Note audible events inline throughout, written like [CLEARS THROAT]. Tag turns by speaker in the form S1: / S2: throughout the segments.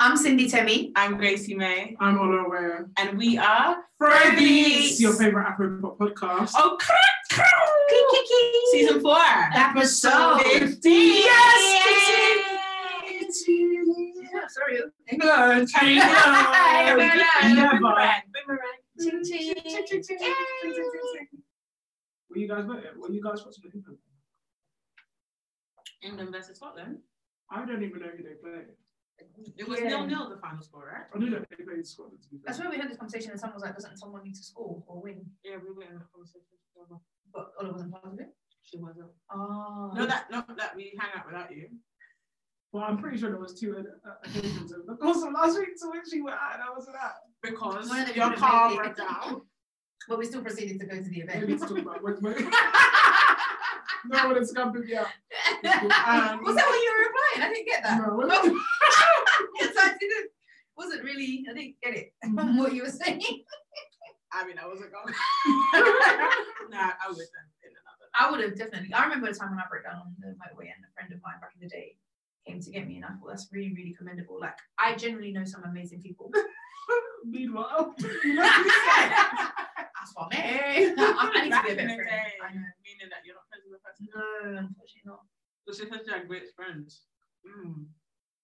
S1: I'm Cindy Temi.
S2: I'm Gracie May,
S3: I'm Ola Aware.
S2: and we are
S3: It's your favorite Afro pop podcast.
S2: Oh, crack, crack. season four,
S1: Episode
S2: fifteen.
S3: Yes,
S1: Yeah, sorry.
S3: No, change [LAUGHS]
S1: Hey,
S3: no.
S1: Bella.
S3: Never.
S2: Boomerang, boomerang.
S3: What you guys voting? What you guys watching? at England?
S2: England versus Scotland.
S3: I don't even know who they play.
S2: It was
S1: Yeah.
S2: nil nil the final score, right?
S3: I knew that they played Scotland. To be
S1: That's
S3: fair.
S1: why we had this conversation and someone was like, doesn't someone need to score or win?
S2: Yeah, we were in that conversation. together.
S1: But Ola wasn't part of it.
S2: She wasn't.
S1: Oh.
S2: No, that no, that we hang out without you.
S3: Well, I'm pretty sure there was two at uh, occasions of the course of last week to which you were at, and I wasn't at.
S2: Because
S1: One of them
S2: your
S1: couldn't
S2: car
S1: make it.
S2: broke down.
S1: But we still proceeded to go to the
S3: Maybe [LAUGHS]
S1: event.
S3: it's talking about what.
S1: [LAUGHS]
S3: what- No one is coming out.
S1: [LAUGHS]
S2: Um,
S1: was that what you were replying? I didn't get that. Oh. [LAUGHS]
S3: No, we're not.
S1: Yes, I didn't. Wasn't really, I didn't get it. [LAUGHS] what you were saying.
S2: I mean, I wasn't going. [LAUGHS] nah, I would have in another.
S1: I would have definitely. I remember the time when I broke down on the motorway and a friend of mine back in the day came to get me, and I thought that's really, really commendable. Like, I generally know some amazing
S2: [LAUGHS]
S1: people. [LAUGHS]
S3: Meanwhile, you know, you said-
S1: that's what I meant. [LAUGHS] I, I need to
S2: Back
S1: be a
S2: in
S1: better
S2: the
S1: friend.
S2: day,
S1: I know.
S2: Meaning that you're not friends with the person.
S1: No, unfortunately not.
S2: Because she's such a great friend. Mm.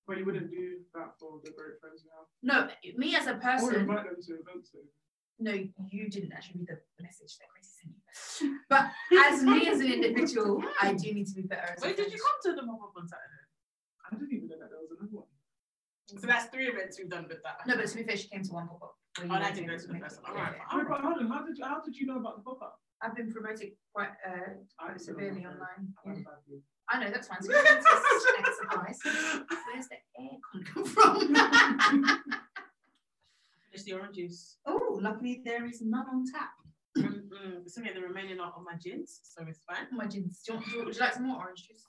S3: But you wouldn't do that for the great friends now.
S1: No, me as a
S3: Or
S1: person.
S3: invite them to events. though.
S1: No, you didn't actually read the message that Gracie sent you. But as me as an individual, I do need to be better. As a
S2: Wait, did you
S1: friend.
S2: come to the mop up on Saturday?
S3: I didn't even know that there was another one.
S2: So that's three events we've done with that.
S1: No, but to be fair, she came to one pop up.
S2: Oh, and I didn't go to the first one. All right.
S3: Wait, but hold on, how did you, how did you know about the pop up?
S1: I've been promoted quite uh, quite severely online. Yeah.
S3: Wait,
S1: I know that's fine. So it's just surprise. Where's the aircon come from? [LAUGHS]
S2: It's the orange [CLEARS THROAT] juice. Mm,
S1: oh, luckily there is none on tap.
S2: Mm-mm. Some of the remaining are on my gins, so it's fine.
S1: Oh, my gins. Do you, want, do you, would you like some more orange juice?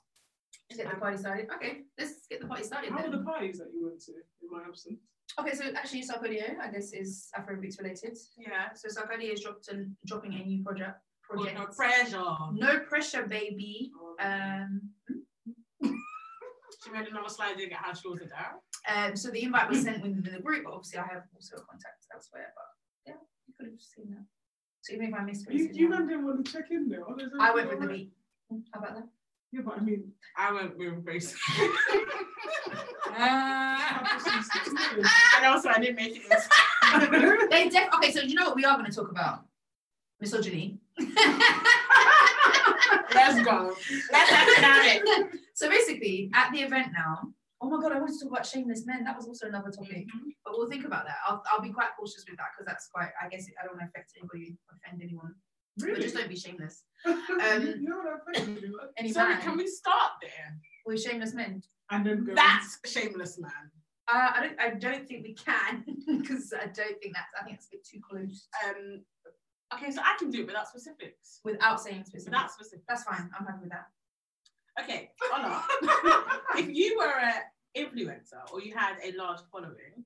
S1: To Get the
S2: Um,
S1: party started. Okay, let's get the party started.
S3: How were the
S1: Then.
S3: parties that you went to in my absence?
S1: Okay, so actually, Sarkodio, I guess, is Afrobeats related.
S2: Yeah.
S1: So Sarkodio is dropped and dropping a new project.
S2: Put
S3: Oh,
S1: Project.
S2: no pressure.
S1: no pressure, baby. Um,
S2: She made another slide in how she was it out.
S1: Um, so the invite was sent within the group, but obviously I have also contacts elsewhere. But yeah, you could have just seen that. So even if I missed,
S3: You,
S1: Grace's
S3: you
S1: one,
S3: man didn't want to check in there. Oh, there's
S1: I
S3: only
S1: went with the
S3: one.
S1: beat. How about that?
S3: Yeah, but I mean,
S2: I went with [LAUGHS] Grace.
S1: Uh,
S3: Afro Saints,
S1: [LAUGHS]
S2: and also, I didn't [LAUGHS] make it.
S3: it's-
S1: they def- okay, so you know what we are going to talk about? Misogyny.
S2: Let's go. Let's have it.
S1: so basically, at the event now, oh my god, I wanted to talk about shameless men. That was also another topic,
S2: Mm-hmm.
S1: but we'll think about that. I'll, I'll be quite cautious with that because that's quite. I guess I don't want to affect anybody, offend anyone. But
S3: really?
S1: just don't be shameless.
S3: [LAUGHS] you
S1: um,
S3: know what I'm saying? you know?
S1: Any
S2: Sorry,
S1: man.
S2: can we start there?
S1: We're shameless men.
S3: And then go.
S2: That's shameless, man.
S1: Uh, I don't. I don't think we can [LAUGHS] because I don't think that's. I think it's a bit too close
S2: Um, okay, so I can do it without specifics.
S1: without saying specific.
S2: Without specifics.
S1: that's fine. I'm happy with that.
S2: Okay, Ola,
S1: [LAUGHS]
S2: if you were an influencer or you had a large following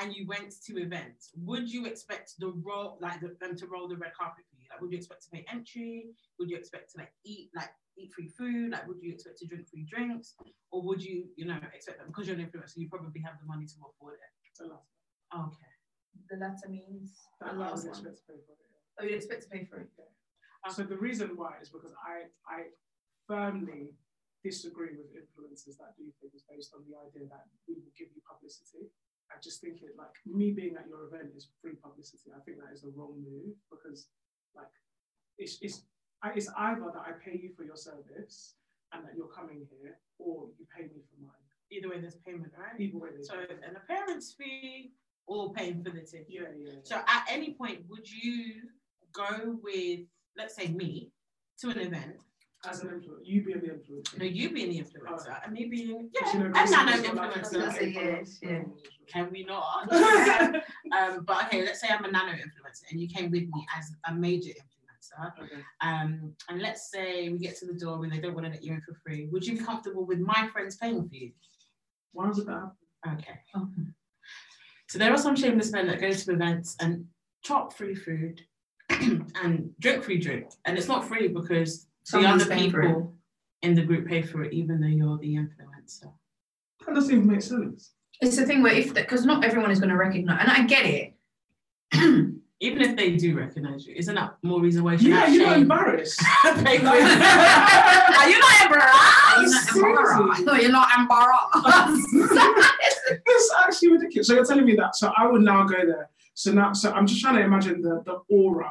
S2: and you went to events, would you expect the role, like the, them to roll the red carpet for you? Like, would you expect to pay entry? Would you expect to like eat, like eat free food? Like, would you expect to drink free drinks? Or would you, you know, expect that because you're an influencer, you probably have the money to afford it?
S3: The last-
S2: Okay.
S1: The latter means
S3: that
S1: the
S3: last
S1: last one.
S3: one. Let's pay for it.
S1: Oh, you'd expect to pay for it.
S3: So the reason why is because I I firmly disagree with influencers that do things based on the idea that we will give you publicity. I just think it like me being at your event is free publicity. I think that is the wrong move because like it's it's I- it's either that I pay you for your service and that you're coming here, or you pay me for mine.
S2: Either way, there's payment, right?
S3: Either way, there's
S2: So, an appearance fee or paying for the ticket.
S3: yeah, yeah.
S2: So at any point, would you go with, let's say me, to an event?
S3: As an influencer, you being the influencer.
S2: No, you being the influencer and me being, yeah,
S3: But you know,
S2: I'm not an
S3: Grace is like,
S2: influencer.
S1: Influencer, yeah,
S3: influencer.
S2: Can we not?
S3: [LAUGHS]
S2: um, but okay, let's say I'm a nano influencer and you came with me as a major influencer.
S3: Okay.
S2: Um, and let's say we get to the door and they don't want to let you in for free. Would you be comfortable with my friends paying for you?
S3: Why would that happen?
S2: Okay.
S1: Oh.
S2: So there are some shameless men that go to events and chop free food [CLEARS THROAT] and drink free drink. And it's not free because
S1: Someone's
S2: the other
S1: paying for it.
S2: people in the group pay for it, even though you're the influencer.
S3: That doesn't even make sense.
S1: It's the thing where if because not everyone is going to recognize, and I get it.
S2: Even if they do recognize you, isn't that more reason why you should
S3: Yeah,
S2: have
S3: you're not
S2: shame?
S3: embarrassed.
S2: Pay for
S1: [LAUGHS]
S2: [LAUGHS] it?
S1: Are you not [LAUGHS] embarrassed?
S3: You're not embarrassed.
S1: I thought you're not [LAUGHS] embarrassed.
S3: it's actually ridiculous. So you're telling me that. So I would now go there. So now, so I'm just trying to imagine the the aura,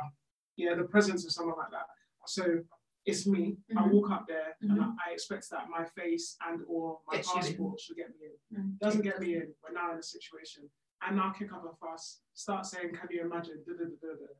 S3: you know, the presence of someone like that. So it's me. I
S1: Mhm.
S3: walk up there, and
S1: Mhm.
S3: I, I expect that my face and or my
S1: Gets you in. Mm-hmm.
S3: passport should get me in. Doesn't get me in. We're now in a situation. And now kick up a fuss. Start saying, "Can you imagine?" Da, da, da, da, da.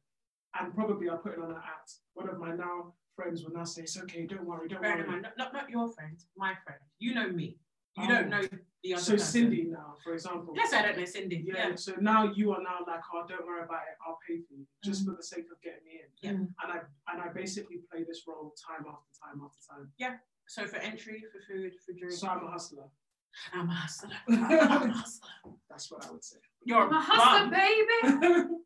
S3: And probably I'll put it on an act. One of my now friends will now say, "It's okay. Don't worry. Don't
S2: Bear in
S3: worry."
S2: mind, not, not, not your friend, my friend. You know me. You
S3: Oh.
S2: don't know the other
S3: So
S2: person.
S3: Cindy now, for example.
S2: Yes, I don't know Cindy.
S3: Yeah.
S2: Yeah.
S3: So now you are now like, oh, don't worry about it. I'll pay for you just for the sake of getting me in.
S2: Mm-hmm. Yeah.
S3: And I and I basically play this role time after time after time.
S2: So for entry, for food, for drink.
S3: So I'm a hustler.
S2: [LAUGHS] I'm a hustler. I'm a hustler.
S3: That's what I would say.
S2: [LAUGHS] You're a
S1: I'm a hustler,
S2: bum.
S1: baby.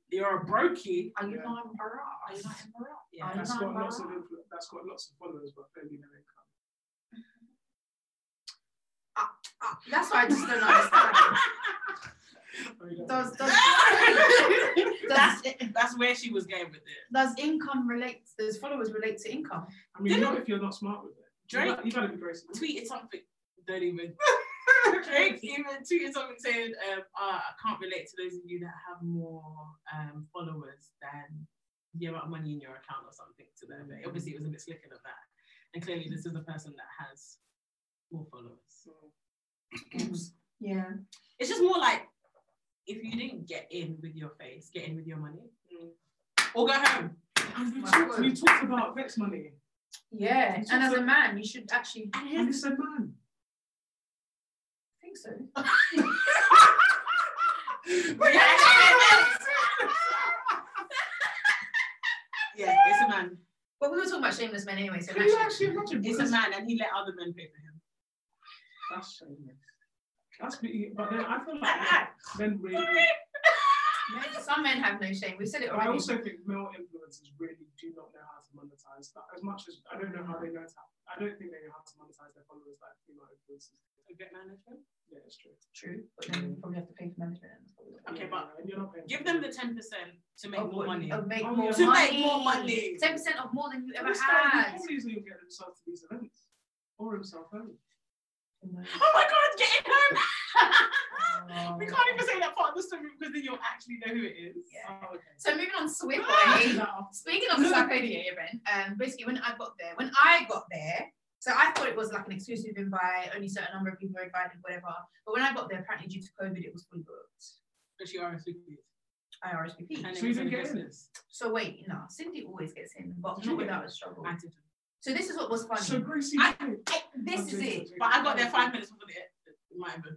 S2: You're a brokey.
S1: Are you
S3: Yeah.
S1: not
S2: Are you
S1: embarrassed?
S2: not embarrassed? Yeah.
S1: I'm
S3: That's
S1: not
S3: got lots of
S1: wrong.
S3: influ- that's got lots of followers, but barely no income.
S1: Ah, That's why I just don't understand.
S3: Oh, you don't
S1: Does
S3: know.
S1: does [LAUGHS]
S2: that's
S1: does,
S2: that's where she was going with it.
S1: does income relate? Does followers relate to income?
S2: [LAUGHS]
S3: I mean,
S2: didn't-
S3: not if you're not smart with it.
S2: Drake-
S3: you got to be graceful.
S2: Tweeted something. Don't even. Drake even tweeted something saying, um, uh, "I can't relate to those of you that have more um, followers than the amount of money in your account or something." To them, But obviously it was a bit slicker than that, and clearly this is the person that has more followers.
S3: So,
S1: Yeah.
S2: It's just more like if you didn't get in with your face, get in with your money, or go home.
S3: and we,
S1: My
S3: talked,
S1: word.
S3: we talked about Vex money,
S1: Yeah.
S3: It's
S1: And as
S3: also-
S1: a man, you should actually
S2: And
S3: and
S2: here's
S3: it's a man.
S1: think so.
S2: [LAUGHS] yeah, it's a man.
S1: But we were talking about shameless men anyway, so
S3: Can you actually imagine?
S2: It's a
S3: Because
S2: man, and he let other men pay for him.
S3: That's shameless. That's be, but then I feel like
S2: Ah,
S3: men really.
S2: sorry.
S1: men- some men have no shame. We've said it
S3: But I
S1: already.
S3: also think male influencers really do not know how to monetize that as much as I don't know how they know how. I don't think they know how to monetize their followers like female influencers.
S2: Forget management.
S3: Yeah, it's true.
S1: True, but then you probably have to pay for management.
S2: Okay,
S3: Yeah,
S2: but
S3: and you're not paying
S2: Give them the ten percent to make
S1: Of
S2: more
S1: what-
S2: money.
S1: Of make
S3: Oh,
S1: more
S2: [LAUGHS]
S3: yeah. To
S2: make more money.
S1: Ten percent of more than you ever
S3: This guy,
S1: had.
S3: he probably easily will get himself to these events or himself home.
S1: [LAUGHS]
S2: Oh my God, get it home!
S1: Oh.
S2: We can't even say that part of the story because then you'll actually know who it is.
S1: Yeah.
S3: Oh, okay.
S1: So moving on to
S3: Is
S1: Swiftway.
S3: that off?
S1: Speaking of the Sarkodia event, um, basically when I got there, when I got there, so I thought it was like an exclusive invite, only certain number of people were invited, whatever. But when I got there, apparently due to COVID, it was fully booked.
S2: Because you are a sweetie.
S1: I RSVP.
S2: And
S3: So you
S2: it was
S3: didn't
S2: only
S3: get in?
S2: business.
S1: So wait, no, Cindy always gets in, but
S3: Did you
S1: not
S3: get
S1: without a struggle.
S2: I didn't.
S1: So this is what was funny.
S3: So Gracie,
S1: I-
S3: Jane.
S1: Hey, this is it.
S2: But I got there five
S3: [LAUGHS]
S2: minutes before the, the my event.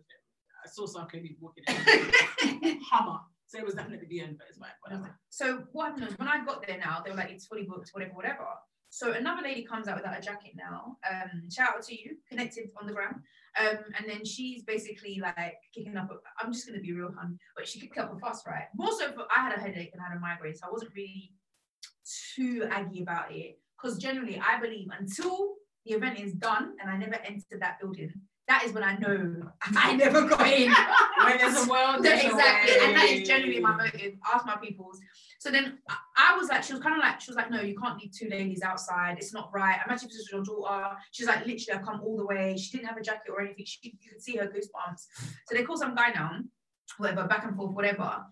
S2: I saw Sarkozy walking [LAUGHS] in. Hummer. So it was definitely the end, but it's fine. Whatever.
S1: So what happened was when I got there now, they were like, it's fully booked, whatever, whatever. So another lady comes out without a jacket now. Um, shout out to you, connected on the ground. Um, and then she's basically like kicking up. A, I'm just gonna be real, hun, but she kicked up a fuss, right? More so, for, I had a headache and I had a migraine, so I wasn't really too aggy about it. Because generally, I believe until the event is done and I never entered that building, that is when I know [LAUGHS] I never got in.
S2: When there's a world,
S1: Yeah,
S2: there's a
S1: exactly, and that
S2: way.
S1: is generally my motive. Ask my peoples. So then I- I was like, she was kind of like, she was like, no, you can't leave two ladies outside. It's not right. Imagine if this was your daughter. She's like, literally, I come all the way. She didn't have a jacket or anything. She, you could see her goosebumps. So they call some guy now, whatever, back and forth, whatever.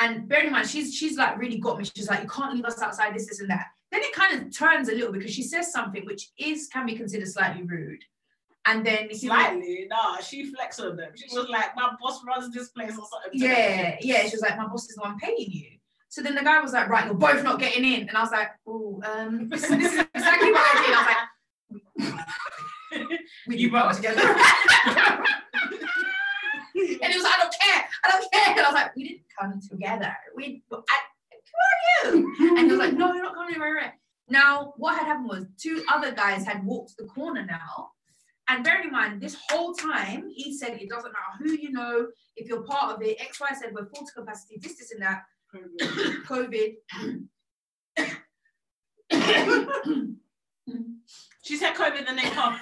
S1: And bearing in mind, she's she's like really got me. She's like, you can't leave us outside. This, this, and that. Then it kind of turns a little because she says something which is can be considered slightly rude. And then he-
S2: Slightly, nah, she flexed on them. She was like, my boss runs this place or something.
S1: yeah, yeah. She was like, my boss is the one paying you. So then the guy was like, right, you're both not getting in. And I was like, oh, um, [LAUGHS] this is exactly what I did. I was like, [LAUGHS] we
S2: You
S1: do well
S2: both.
S1: together. and it was like, I don't care, I don't care. And I was like, we didn't come together. We, I, who are you? And
S3: [LAUGHS]
S1: he was like, no, you're not coming anywhere. right?" Now, what had happened was two other guys had walked the corner now. And bearing in mind, this whole time, he said, it doesn't matter who you know, if you're part of it, X, Y, said we're full to capacity, this, this, and that, [COUGHS] COVID. [COUGHS] [LAUGHS]
S2: She said COVID the next half.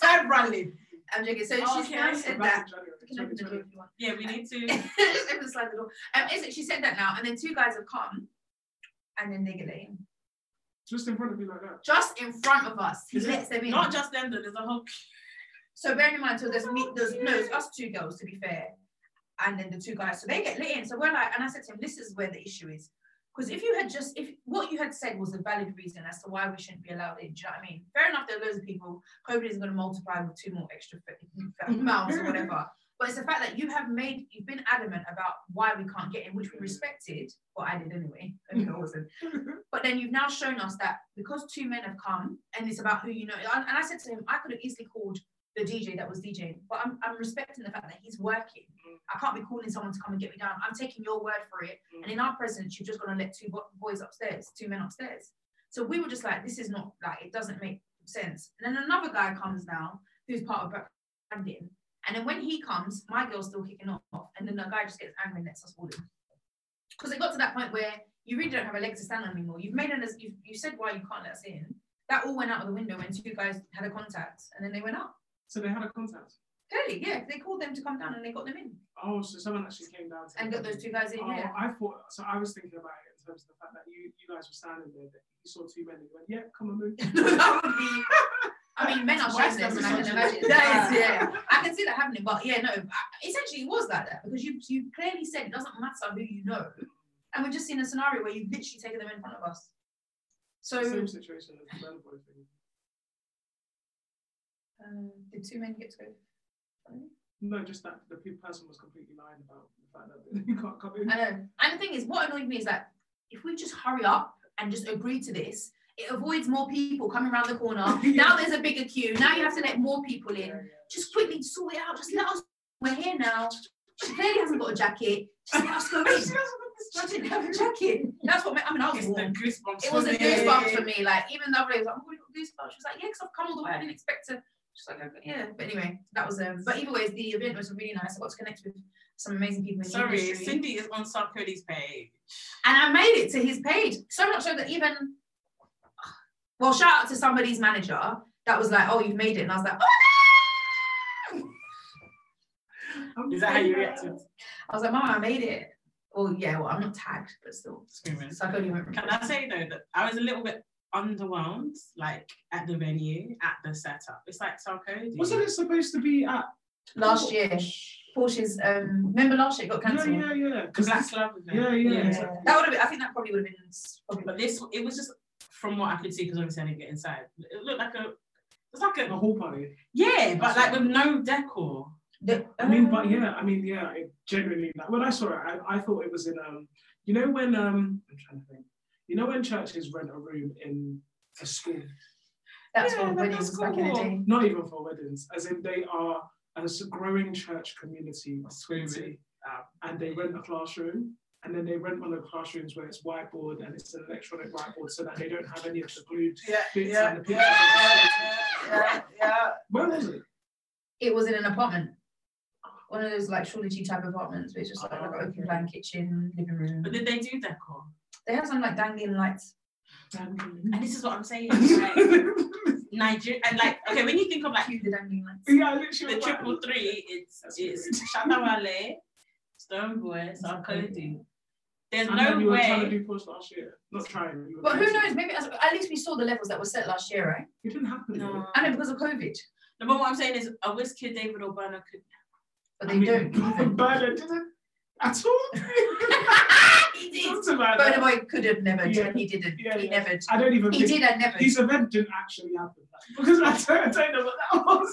S2: Severally.
S1: I'm joking. So she's
S2: Okay.
S1: now said that. Can I [LAUGHS] open the door if
S3: January.
S1: you want?
S2: Yeah, we need
S1: [LAUGHS]
S2: to.
S1: Just open the slide the door. Um, is it? She said that now, and then two guys have come, and then they get let in.
S3: Just in front of you like that.
S1: Just in front of us, he
S2: Is it
S1: lets them in.
S2: Not just them, though. There's a whole.
S1: So bearing in mind, so there's me, there's no, it's us two girls to be fair, and then the two guys. So they get lit in. So we're like, and I said to him, this is where the issue is, because if you had just, if what you had said was a valid reason as to why we shouldn't be allowed in, do you know what I mean? Fair enough, there are loads of people. COVID is going to multiply with two more extra f- mouths or whatever. But it's the fact that you have made, you've been adamant about why we can't get in, which we respected. Well, I did anyway. I mean, I wasn't. But then you've now shown us that because two men have come and it's about who you know. And and I said to him, I could have easily called the DJ that was DJing, but I'm, I'm respecting the fact that he's working.
S3: Mm.
S1: I can't be calling someone to come and get me down. I'm taking your word for it. And in our presence, you're just going to let two bo- boys upstairs, two men upstairs. So we were just like, this is not like, it doesn't make sense. And then another guy comes now who's part of branding. And then when he comes, my girl's still kicking off. And then the guy just gets angry and lets us all in. Because it got to that point where you really don't have a leg to stand on anymore. You've made an, you've, you said why you can't let us in. That all went out of the window when two guys had a contact and then they went up.
S3: [LAUGHS] So they had a contact.
S1: Clearly, yeah, they called them to come down and they got them in
S3: Oh, so someone actually came down to
S1: and got those two guys in.
S3: Oh,
S1: Yeah.
S3: I thought so. I was thinking about it in terms of the fact that you, you guys were standing there, that you saw two men and you went, "Yeah, come and move."
S1: [LAUGHS] that would be. I mean, men are
S3: Why is
S1: shameless,
S3: that
S1: and I can
S3: misogyny?
S1: imagine. That is, yeah, I can see that happening. But yeah, no, I- essentially it was like that because you you clearly said it doesn't matter who you know, and we've just seen a scenario where you've literally taken them in front of us. So
S3: Same situation as the Bellboy thing.
S1: um, did two men get to go?
S3: No, just that the pe- person was completely lying about the fact that [LAUGHS] you can't come in.
S1: I know. And the thing is, what annoyed me is that if we just hurry up and just agree to this, it avoids more people coming around the corner.
S2: [LAUGHS]
S1: Now there's a bigger queue. Now you have to let more people in.
S3: Yeah,
S1: Just quickly sort it out. Just let us. We're here now. She clearly hasn't got a jacket. Just let us go
S2: [LAUGHS]
S1: in. She didn't have a jacket. That's what ma- I mean. I was
S2: It's the
S1: warm.
S2: goosebumps.
S1: It was a
S2: for me.
S1: goosebumps for me. Like even the other day, I was like, oh, we got goosebumps. She was like, yeah, because I've come all the way. I didn't expect to. She's like, okay, yeah. But anyway, that was um. But either way, the event was really nice. I got to connect with some amazing people. In the
S2: Sorry,
S1: industry.
S2: Cindy is on South Cody's page.
S1: And I made it to his page. So much so that even, well, shout out to somebody's manager that was like, oh, you've made it. And I was like, oh.
S3: I'm
S2: Is that how you
S3: sorry.
S2: reacted?
S1: I was like, mama, I made it. Well, yeah, well, I'm not tagged, but still.
S2: Screaming.
S1: So I couldn't even
S2: Can I say though that I was a little bit underwhelmed, like at the venue, at the setup. It's like South Cody.
S3: Wasn't it supposed to be at
S1: Last year, Porsche's, um, remember last year it got cancelled?
S3: Yeah, yeah, yeah.
S2: The
S3: Because
S2: Black Slab event.
S3: yeah, yeah,
S1: Yeah.
S3: exactly.
S1: That would have been, I think that probably would have been, probably
S2: But this, it was just from what I could see because obviously I didn't get inside. It looked like a, it's like
S3: the
S2: a
S3: whole party.
S2: yeah, but like with no decor.
S1: the,
S3: I mean, but yeah, I mean, yeah, it genuinely. Like, when I saw it, I, I thought it was in um, you know when um, I'm trying to think, you know when churches rent a room in a school
S1: That's
S2: Yeah,
S1: what
S2: but
S1: weddings
S2: that's
S1: back in the
S2: cool.
S1: day.
S3: not even for weddings, as in they are a s- growing church community,
S2: Screaming.
S3: and they rent a classroom, and then they rent one of the classrooms where it's whiteboard and it's an electronic whiteboard, so that they don't have any of the glued
S2: Yeah,
S3: bits and the pictures.
S2: yeah, yeah.
S3: Where was it?
S1: It was in an apartment. One of those like Shoreditch type apartments, where it's just like, like an open plan kitchen, living room.
S2: But did they do decor?
S1: They have some like dangling lights.
S3: [LAUGHS]
S2: And this is what I'm [LAUGHS] saying. Like,
S3: yeah,
S2: Nigeria and like okay, when you think of like
S1: Cue the dangling lights.
S3: literally.
S2: the triple three, it's
S3: That's
S2: it's Shatawale, Stone Boy, Sarkodie. There's
S3: And then
S2: no
S3: you were trying to
S2: way.
S3: do push last year. Not trying. you were
S1: But who
S3: trying to.
S1: knows? Maybe as, at least we saw the levels that were set last year, right?
S3: It didn't happen.
S2: No.
S3: though.
S1: I know because of COVID,
S2: No, but what I'm saying is a Wizkid, David Urbana could
S1: but
S3: I
S1: they
S3: mean, [LAUGHS]
S1: don't.
S3: [COUGHS]
S1: even.
S3: Burner didn't at all.
S1: he did.
S3: Something
S1: Burna
S3: like that.
S1: Boy could have never.
S3: Yeah.
S1: He didn't.
S3: Yeah,
S1: He
S3: yeah.
S1: never.
S3: I don't even.
S1: He
S3: think-
S1: did and never.
S3: His event didn't actually happen like, because I don't, I don't know what that was.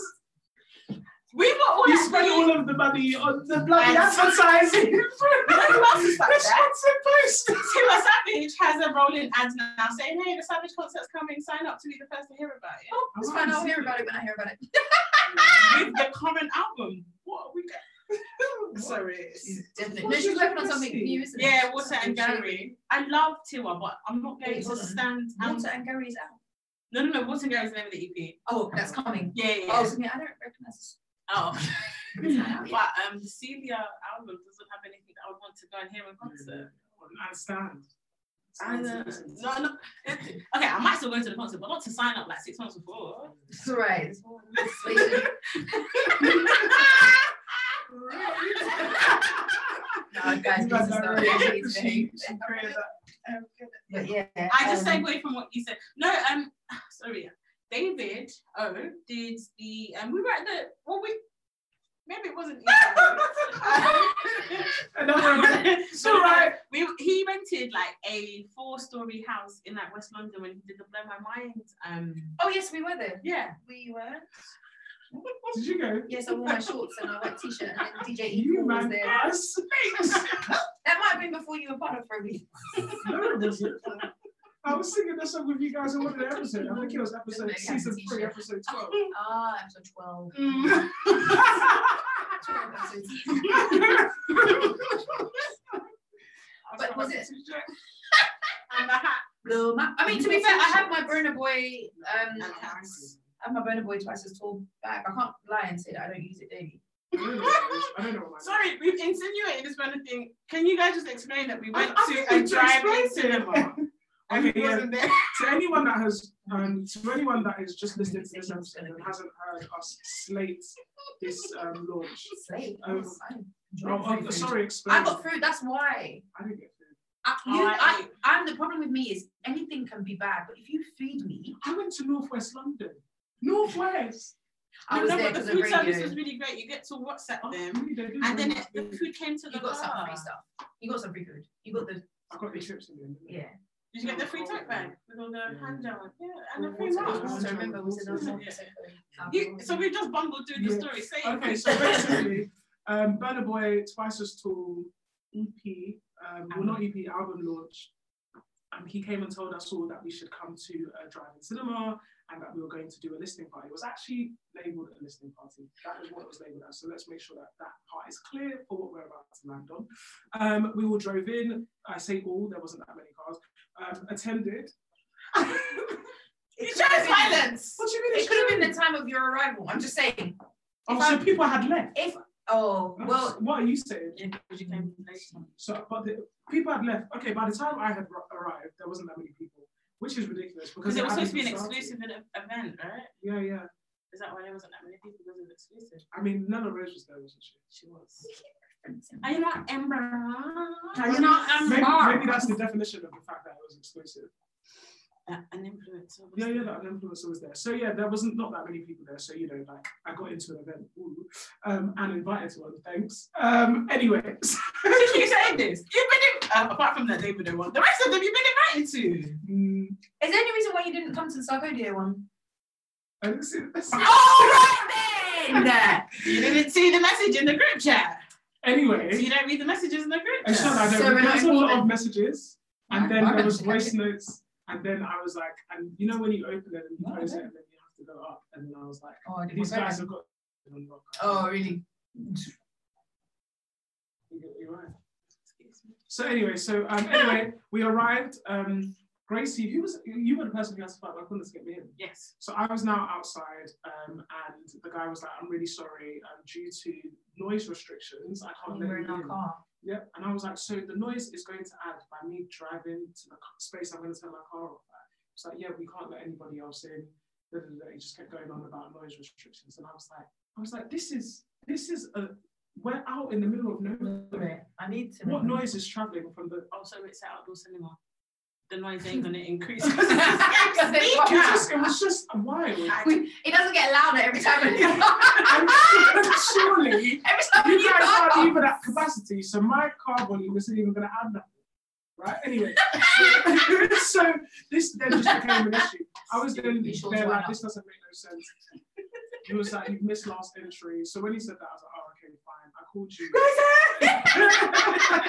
S2: We were all
S3: He
S2: at
S3: spent
S2: the-
S3: all of the money on the bloody
S2: And-
S3: advertising.
S1: [LAUGHS]
S2: You know who else is like
S3: Which
S2: that?
S3: ads are posted.
S2: Timber Savage has a rolling ad now saying, "Hey, the Savage concert's coming. Sign up to be the first to hear about it."
S1: Oh, it's fine. I'll hear about it when I hear about it.
S2: With the current album, what are we
S3: [LAUGHS]
S2: doing? Sorry.
S1: She's definitely.
S3: Well,
S1: No, she's
S3: she's
S1: working on something
S3: depressing.
S1: new, isn't it?
S2: Yeah, Water and
S1: Something shady.
S2: Gary. I love Tiwa, but I'm not going
S1: Wait,
S2: to
S1: hold on.
S2: stand. and-
S1: Water and Gary's out.
S2: No, no, no. Water and Gary is the name of the EP.
S1: Oh, that's coming.
S2: Yeah, yeah.
S1: Oh,
S2: yeah.
S1: so me, I don't recognize. [LAUGHS]
S2: Oh,
S1: It's not
S3: [LAUGHS]
S1: out yet.
S2: but um, the
S1: Mm.
S2: Celia album doesn't have anything that I would want to go and hear in concert.
S3: I stand.
S2: I know. No, no. [LAUGHS] Okay, I might still go to the concert, but not to sign up like six months before.
S1: It's all right.
S2: [LAUGHS]
S1: It's- no, guys,
S3: [LAUGHS]
S1: this is not
S3: She, she
S1: really
S3: created that.
S1: But yeah.
S2: I just
S1: um,
S2: segue from what you said. No, um, [SIGHS] sorry, yeah. David O did the um. We were at the well, we maybe it wasn't.
S1: [LAUGHS]
S3: Another event.
S2: it's all right. We, he rented like a four-story house in like West London when he did the Blow My Mind. Um,
S1: Oh yes, we were there.
S2: yeah.
S1: We were.
S3: Did you go?
S1: Yes, I wore my shorts and a white t-shirt, and then DJ
S3: You
S1: Equal was
S3: man,
S1: there.
S3: us.
S1: That might have been before you were part of Froby.
S3: [LAUGHS] No, it wasn't. I was singing that song with you guys in one of the episodes. I think it was episode
S1: Doesn't it have
S3: season
S1: a
S3: three,
S1: t-shirt?
S3: episode
S1: [LAUGHS]
S3: twelve.
S1: Ah, episode twelve. Mm.
S3: [LAUGHS]
S1: Twelve episodes. But was it-
S2: [LAUGHS] and the hat.
S1: Blow my. I mean, to be fair, I have my Burner Boy. Um, I have my Burner Boy twice as tall bag. I can't lie and say that I don't use it daily.
S3: I don't know what mine is.
S2: Sorry, we've insinuated this kind of thing. Can you guys just explain that we went
S3: I think
S2: to a
S3: we've
S2: drive-in
S3: explained it.
S2: cinema? [LAUGHS] and
S3: Okay,
S2: he
S3: yeah.
S2: wasn't there.
S3: to anyone that has um, to anyone that is just listening to this episode and hasn't heard us slate this um, launch.
S1: Slay.
S3: Um,
S1: Enjoy the
S3: Oh, oh,
S1: food.
S3: sorry, explain.
S1: I got through. That's why.
S3: I didn't get food.
S1: I,
S2: Oh,
S1: you,
S2: I
S1: I, I, am the problem with me is anything can be bad, but if you feed me,
S3: I went to Northwest London. Northwest.
S1: I
S2: No,
S1: was
S2: no,
S1: there
S2: but
S1: because
S2: the
S1: of
S2: food
S1: radio. Oh,
S2: service was really great. You get to WhatsApp
S3: Oh,
S2: them, and then it, the food came to the
S1: you got some
S2: bar.
S1: free stuff. You got some free food. You got the
S3: I got the chips in the end.
S1: yeah.
S2: Did you get the free tote bag with all the hand gel? Yeah, and the free
S3: Water,
S1: I
S2: mask.
S1: also remember we said there was
S2: Yeah.
S1: one percent for
S2: You, so
S1: alcohol.
S2: we just bumbled through the
S3: Yeah.
S2: story. Say it.
S3: Okay, so basically, um, Burner Boy, Twice as Tall, EP, um, well, not EP, album launch. Um, he came and told us all that we should come to a drive-in cinema and that we were going to do a listening party. It was actually labelled a listening party. That is what it was labelled as. So let's make sure that that part is clear for what we're about to land on. Um, we all drove in. I say all, there wasn't that many cars. Um, attended. [LAUGHS]
S2: You
S1: It
S2: chose
S1: could have been-
S2: silence.
S3: What do you mean?
S1: It could have been the time of your arrival. I'm just saying.
S3: Oh, so people had left.
S1: If oh well,
S3: what are you saying?
S2: [LAUGHS] Yeah, because you came late.
S3: So, but the people had left. Okay, by the time I had r- arrived, there wasn't that many people, which is ridiculous because
S2: Because it was
S3: hadn't
S2: supposed to be an
S3: even started.
S2: exclusive e- event, right?
S3: Yeah, yeah.
S2: Is that why there wasn't that many people? Because it was exclusive.
S3: I mean, Nella Rose was there, wasn't she?
S2: She was. Are you not Ember? Are
S1: you not Amber?
S3: Maybe,
S1: Mar.
S3: maybe that's the definition of the fact that it was exclusive.
S2: Uh, an influencer.
S3: Yeah, yeah, that an influencer was there. So yeah, there wasn't not that many people there. So you know, like I got into an event ooh, um, and invited to one. Thanks. Um, anyway, [LAUGHS] so-
S2: Since you saying this, you've been in, uh, apart from that David one, the rest of them you've been invited to.
S3: mm,
S1: is there any reason why you didn't come to the Sargodia one?
S3: I didn't see this.
S2: Oh,
S1: [LAUGHS]
S2: right then! you didn't see the message in the group chat. So
S3: Anyway,
S2: you don't read the messages in the group
S3: I
S2: chat.
S3: shut I
S1: So we're
S3: don't. There
S1: not
S3: was a lot of
S1: important.
S3: messages. And
S1: Alright,
S3: then there
S1: alright,
S3: was
S1: okay.
S3: voice notes, and then I was like, and you know when you open it and you
S2: Oh,
S3: close it,
S2: okay.
S3: and then you have to go up, and then I was like,
S1: Oh, I didn't
S3: these
S1: remember.
S3: guys have got.
S1: Oh, really?
S3: You get- you're right. So anyway, so um, anyway, [LAUGHS] we arrived. Um, Gracie, who was you were the person who asked about? I couldn't get me in.
S2: Yes.
S3: So I was now outside, um, and the guy was like, "I'm really sorry, um, due to noise restrictions, I can't
S1: We
S3: let
S1: Oh, were
S3: you
S1: in our
S3: in."
S1: car.
S3: Yep. And I was like, so the noise is going to add by me driving to the c- space I'm going to turn my car off at. It's like, yeah, we can't let anybody else in. Da, da, da. He just kept going on about noise restrictions, and I was like, I was like, this is this is a we're out in the middle of nowhere.
S1: I need to. [LAUGHS]
S3: What noise is traveling from the?
S2: Also, it's at outdoor cinema. The noise ain't gonna increase. [LAUGHS]
S1: Because they
S3: It
S1: fuck
S3: was
S1: up.
S3: just, it was just wild.
S1: [LAUGHS] It doesn't get louder every time. every [LAUGHS]
S3: And surely
S1: time
S3: you
S1: you
S3: guys aren't
S1: go.
S3: even at capacity, so my car volume isn't even going to add nothing, right? Anyway, [LAUGHS] so this then just became an issue. I was then
S1: You sure
S3: there
S1: why
S3: like,
S1: not?
S3: this doesn't make no sense. He was like, you've missed last entry. So when he said that, I was like, oh, okay, fine. I "Oh, called you.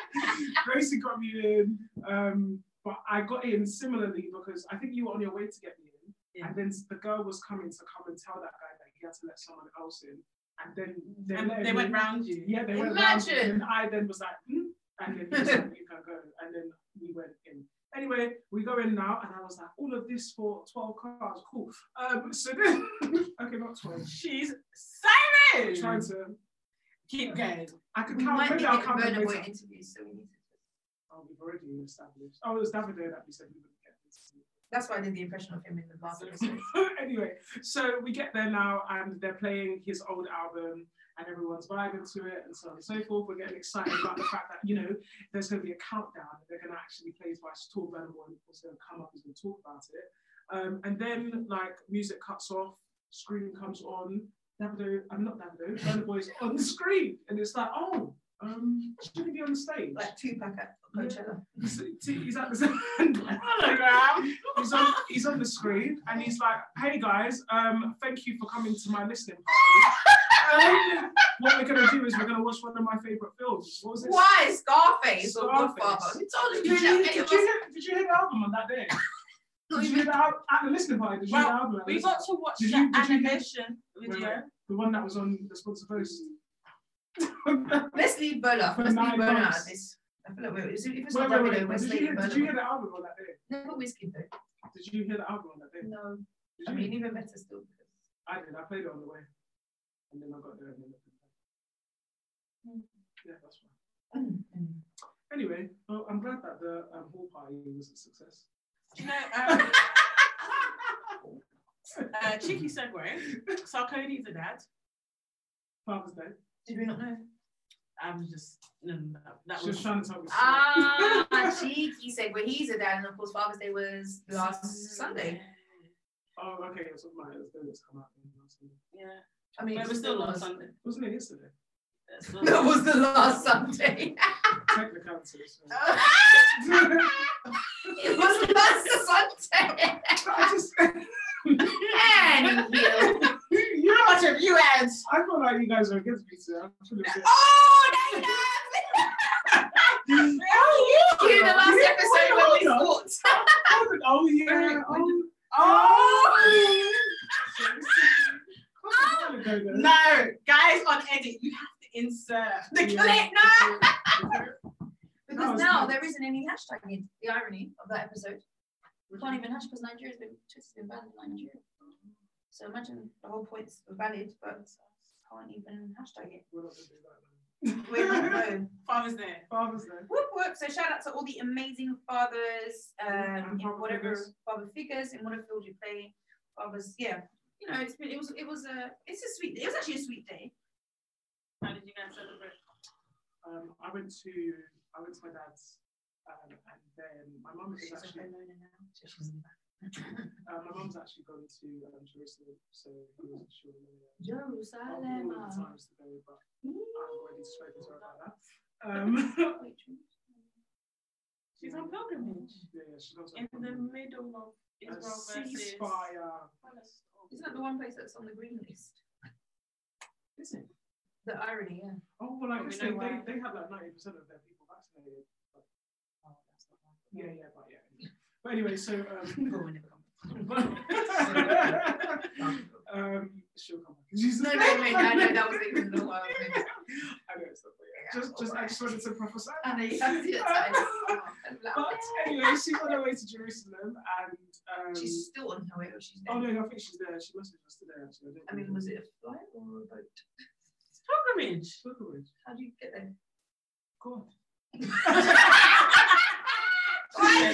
S3: [LAUGHS] Gracie got me in, um, but I got in similarly because I think you were on your way to get me in.
S2: Yeah.
S3: And then the girl was coming to come and tell that guy that he had to let someone else in. And then they,
S2: and
S3: let
S2: they
S3: him
S2: went
S3: in.
S2: round you.
S3: Yeah, they went round,
S1: Imagine.
S3: and I then was like, hmm? and then he was like, you can go, and then we went in. Anyway, we go in now, and I was like, all of this for twelve cars, cool. Um, so then, [LAUGHS] okay, not twelve.
S2: She's
S3: I'm trying
S2: Simon.
S3: to,
S2: Keep going.
S3: I could
S1: We
S3: count.
S1: might be
S3: Maybe I'll
S1: getting
S3: count them
S1: Burner Boy
S3: later.
S1: interviews, so we need to.
S3: oh, we've already established. Oh, it was Davido that we said we wouldn't get this.
S1: That's why I did the impression of him in the last [LAUGHS] episode.
S3: [LAUGHS] anyway, so we get there now and they're playing his old album and everyone's vibing to it and so on and so forth. We're getting excited about the fact that, you know, there's going to be a countdown. and They're going to actually play by Tour Venomore and what's going to come up is going to talk about it. Um, and then, like, music cuts off, screen comes on. Davido, I'm not Davido, Burna Boy's on the screen. And it's like, oh, um, should he be on the stage?
S1: Like two pack at Coachella.
S3: he's at the [LAUGHS] hologram. He's on, he's on the screen and he's like, "Hey guys, um, thank you for coming to my listening party. Um, what we're gonna do is we're gonna watch one of my favorite films. What was it?
S1: Why Scarface or
S3: Scarface.
S1: Godfather? Who told
S3: Did
S1: you
S3: you,
S1: that?
S3: did, you hear, did you hear the album on that day?
S1: Not
S3: Did you hear the al- at the listening party? Did you hear
S2: Well,
S3: the album? at the
S2: We
S3: listening
S2: got to watch
S3: Did
S2: the
S3: you- did you get-
S2: animation
S3: Wait,
S2: video.
S3: wait. party? the one that was on the sponsored post.
S1: Let's leave Bola.
S3: For
S1: Let's leave
S3: nine
S1: Bola out of
S3: months.
S1: this. I feel like we're, if it's
S3: Wait,
S1: not
S3: wait,
S1: Davido,
S3: wait.
S1: we're
S3: Did you,
S1: slating
S3: hear, did you
S1: Bola.
S3: hear the album on that day?
S1: Never whiskey though.
S3: Did you hear the album on that day?
S1: No.
S3: Did
S1: I
S3: you?
S1: mean, even better still.
S3: I did. I played it on the way, and then I got there and then. I
S1: Hmm.
S3: played it. Yeah, that's fine.
S1: Mm, mm.
S3: Anyway, well, I'm glad that the um, hall party was a success.
S2: Do you know, um, uh, cheeky segue.
S3: [LAUGHS]
S2: Sarkozy's a dad.
S3: Father's Day.
S1: Did we not know?
S2: I was just no, no, no, that
S3: She
S2: was
S3: was trying to tell me.
S1: [LAUGHS] Ah, cheeky said, but he's a dad, and of course, Father's Day was last Sunday.
S3: Oh, okay. It's on my it's it's come out. in last week.
S2: Yeah,
S1: I mean,
S2: but it was still on
S1: last-
S2: Sunday.
S3: [LAUGHS] Wasn't it yesterday?
S2: That's not-
S1: That was the last Sunday. [LAUGHS]
S3: Technicalities. so-
S1: Oh. it was last
S3: [LAUGHS]
S1: Sunday.
S3: I just,
S1: And you.
S2: [LAUGHS]
S3: you know,
S2: How much have you
S3: [LAUGHS]
S2: had?
S3: I feel like you guys are against me today. I'm feeling a bit-
S1: Oh, they have! Oh, you in the last
S3: Yeah,
S1: episode
S3: well,
S1: when we
S3: [LAUGHS] hold
S1: fought.
S3: Oh yeah. Oh.
S2: Oh
S3: Quite a while ago, though.
S2: [LAUGHS] no, guys on edit, you have to insert.
S1: The
S3: Yeah.
S1: clip, no!
S3: [LAUGHS] That
S1: Because
S3: was
S1: now
S3: good.
S1: there isn't any hashtagging. The irony of that episode. We can't even hash because Nigeria's been Twitter's been banned in Nigeria. So imagine the whole point's valid, but can't even hashtag it.
S3: We're not gonna do that, man.
S1: We're not
S3: [LAUGHS]
S1: known.
S2: Father's Day.
S3: Father's Day.
S1: Whoop whoop. So shout out to all the amazing fathers, um, in
S3: And father
S1: whatever
S3: figures.
S1: father figures in whatever field you play. Fathers, yeah. You know, it's been, it was it was a it's a sweet day. It was actually a sweet day.
S2: How did you guys celebrate?
S3: Um, I went to I went to my dad's, um, and then my mum was
S1: She's
S3: actually
S1: on her own now. So she's in the back.
S3: Uh, my mum's actually gone to um, Jerusalem, so I wasn't sure whether I'll be all the
S1: Jerusalem.
S3: times today, but I've already spoken to her about that. Um, [LAUGHS]
S1: ah,
S2: She's on pilgrimage
S3: yeah, yeah, she loves
S2: in
S3: that
S2: the
S3: one.
S2: middle of
S3: A
S2: Israel versus
S3: ceasefire.
S1: Isn't that the one place that's on the green list?
S3: Is it?
S1: The irony, yeah.
S3: Oh, well, I
S2: But we
S3: guess they,
S2: know
S3: they,
S2: why.
S3: they have like 90% of their people vaccinated. But,
S2: Oh,
S3: yeah, yeah, but yeah. But anyway, so. Um,
S2: [LAUGHS]
S3: [LAUGHS] um, she'll come back. Jesus.
S1: No, no, wait, I know that was even the one.
S3: I know it's not there. Just, just, I just wanted to prophesy.
S1: I know you have to see that title. I'm like,
S3: But anyway, she's on her way to Jerusalem, and um,
S1: She's still on her way, or she's
S3: oh
S1: there.
S3: no, I think she's there. She must be just there. Actually,
S1: I mean, was it a flight or a boat?
S2: Pilgrimage.
S3: pilgrimage?
S1: How do you get there?
S3: God.
S1: Why did [LAUGHS] I?
S3: [LAUGHS]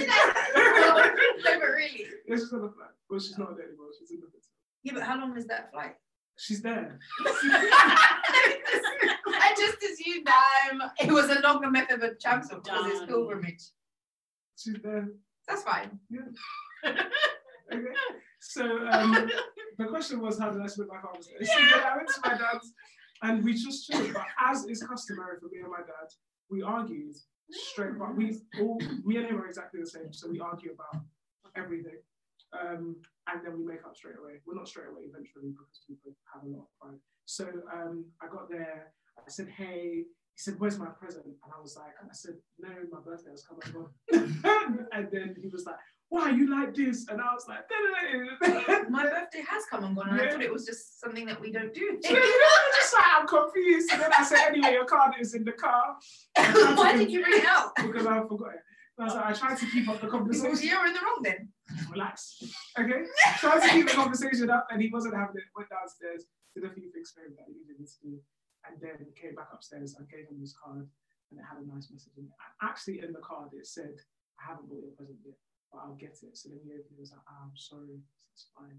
S1: No, but really.
S3: Yeah, she's on the flight. Well, she's not there anymore. She's in the hotel.
S1: Yeah, but how long is that flight?
S3: She's there.
S1: [LAUGHS] I just assumed that um, it was a longer method of travel because it's
S2: Done.
S1: pilgrimage.
S3: She's there.
S1: That's fine.
S3: Okay. So um, the question was, how did I spend my Father's Day? So yeah, I went to my dad's, and we just chilled. But as is customary for me and my dad, we argued straight. But we all, me and him are exactly the same. So we argue about everything. Um, and then we make up straight away. Well, not straight away, eventually, because we both have a lot of fun. So um, I got there, I said, hey, he said, where's my present? And I was like, I said, no, my birthday has come and gone. [LAUGHS] and then he was like, why you like this? And I was
S1: [LAUGHS]
S3: like, da, da, da, da.
S1: My birthday has come and gone, and I
S3: Yeah.
S1: thought it was just something that we don't do.
S3: So, you know, I'm just like, I'm confused. And then I said, anyway, your card is in the car. And
S1: [LAUGHS]
S3: I
S1: Why
S3: took
S1: did
S3: it
S1: you bring it out?
S3: Because I forgot it. And I was like, I tried to keep up the
S1: Because [LAUGHS]
S3: conversation.
S1: You're in the wrong then.
S3: Relax. Okay? Tried to keep the conversation up and he wasn't having it. Went downstairs, did a few things for him that he didn't need to do. And then came back upstairs. I gave him his card. and it had a nice message. And actually, in the card, it said, I haven't bought your present yet, but I'll get it. So then he opened it and was like, "Ah, I'm sorry, it's fine.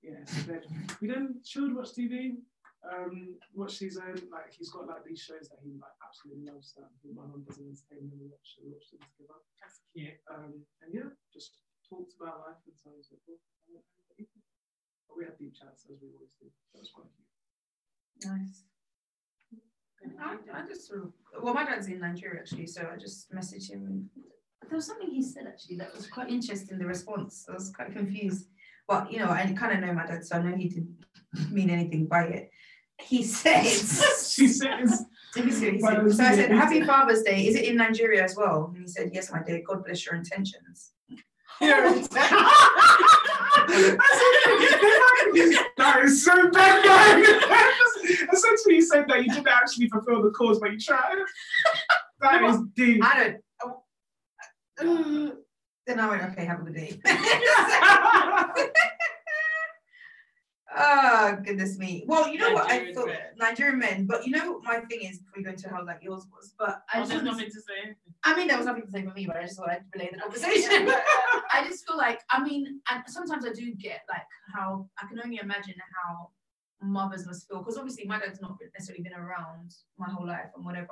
S3: Yeah, so then we then chilled, watch TV, um, watch his own. Like he's got like these shows that he like absolutely loves. That he- my mum doesn't entertain him. We watch, we watch them together.
S2: That's cute.
S3: Um, and yeah, just talked about life and so on and so forth. And, uh, But we had deep chats as we always do. That was quite cute. [LAUGHS]
S1: Nice. I, I just sort of- well, my dad's in Nigeria actually, so I just messaged him. And there was something he said actually that was quite interesting. The response, I was quite confused. But you know, I kind of know my dad, so I know he didn't [LAUGHS] mean anything by it. He [LAUGHS] said,
S3: she says,
S1: Let me see what he
S3: By
S1: said.
S3: the
S1: So I
S3: sea.
S1: said, Happy Father's Day. Is it in Nigeria as well? And he said, Yes, my dear. God bless your intentions.
S3: [LAUGHS] that is so bad, man. Essentially, he said that you didn't actually fulfill the cause, but you tried. That is deep.
S1: I don't. uh,
S2: Mm,
S1: Then I went, Okay, have a good [LAUGHS] day. Oh goodness me. Well, you know what I
S2: Nigerian
S1: thought
S2: men.
S1: Nigerian men, but you know my thing is we go into how like yours was, but I
S2: oh,
S1: just
S2: there's nothing to say.
S1: I mean there was nothing to say for me, but I just thought I'd relay the conversation. I just feel like I mean, and sometimes I do get like how I can only imagine how mothers must feel because obviously my dad's not necessarily been around my whole life and whatever.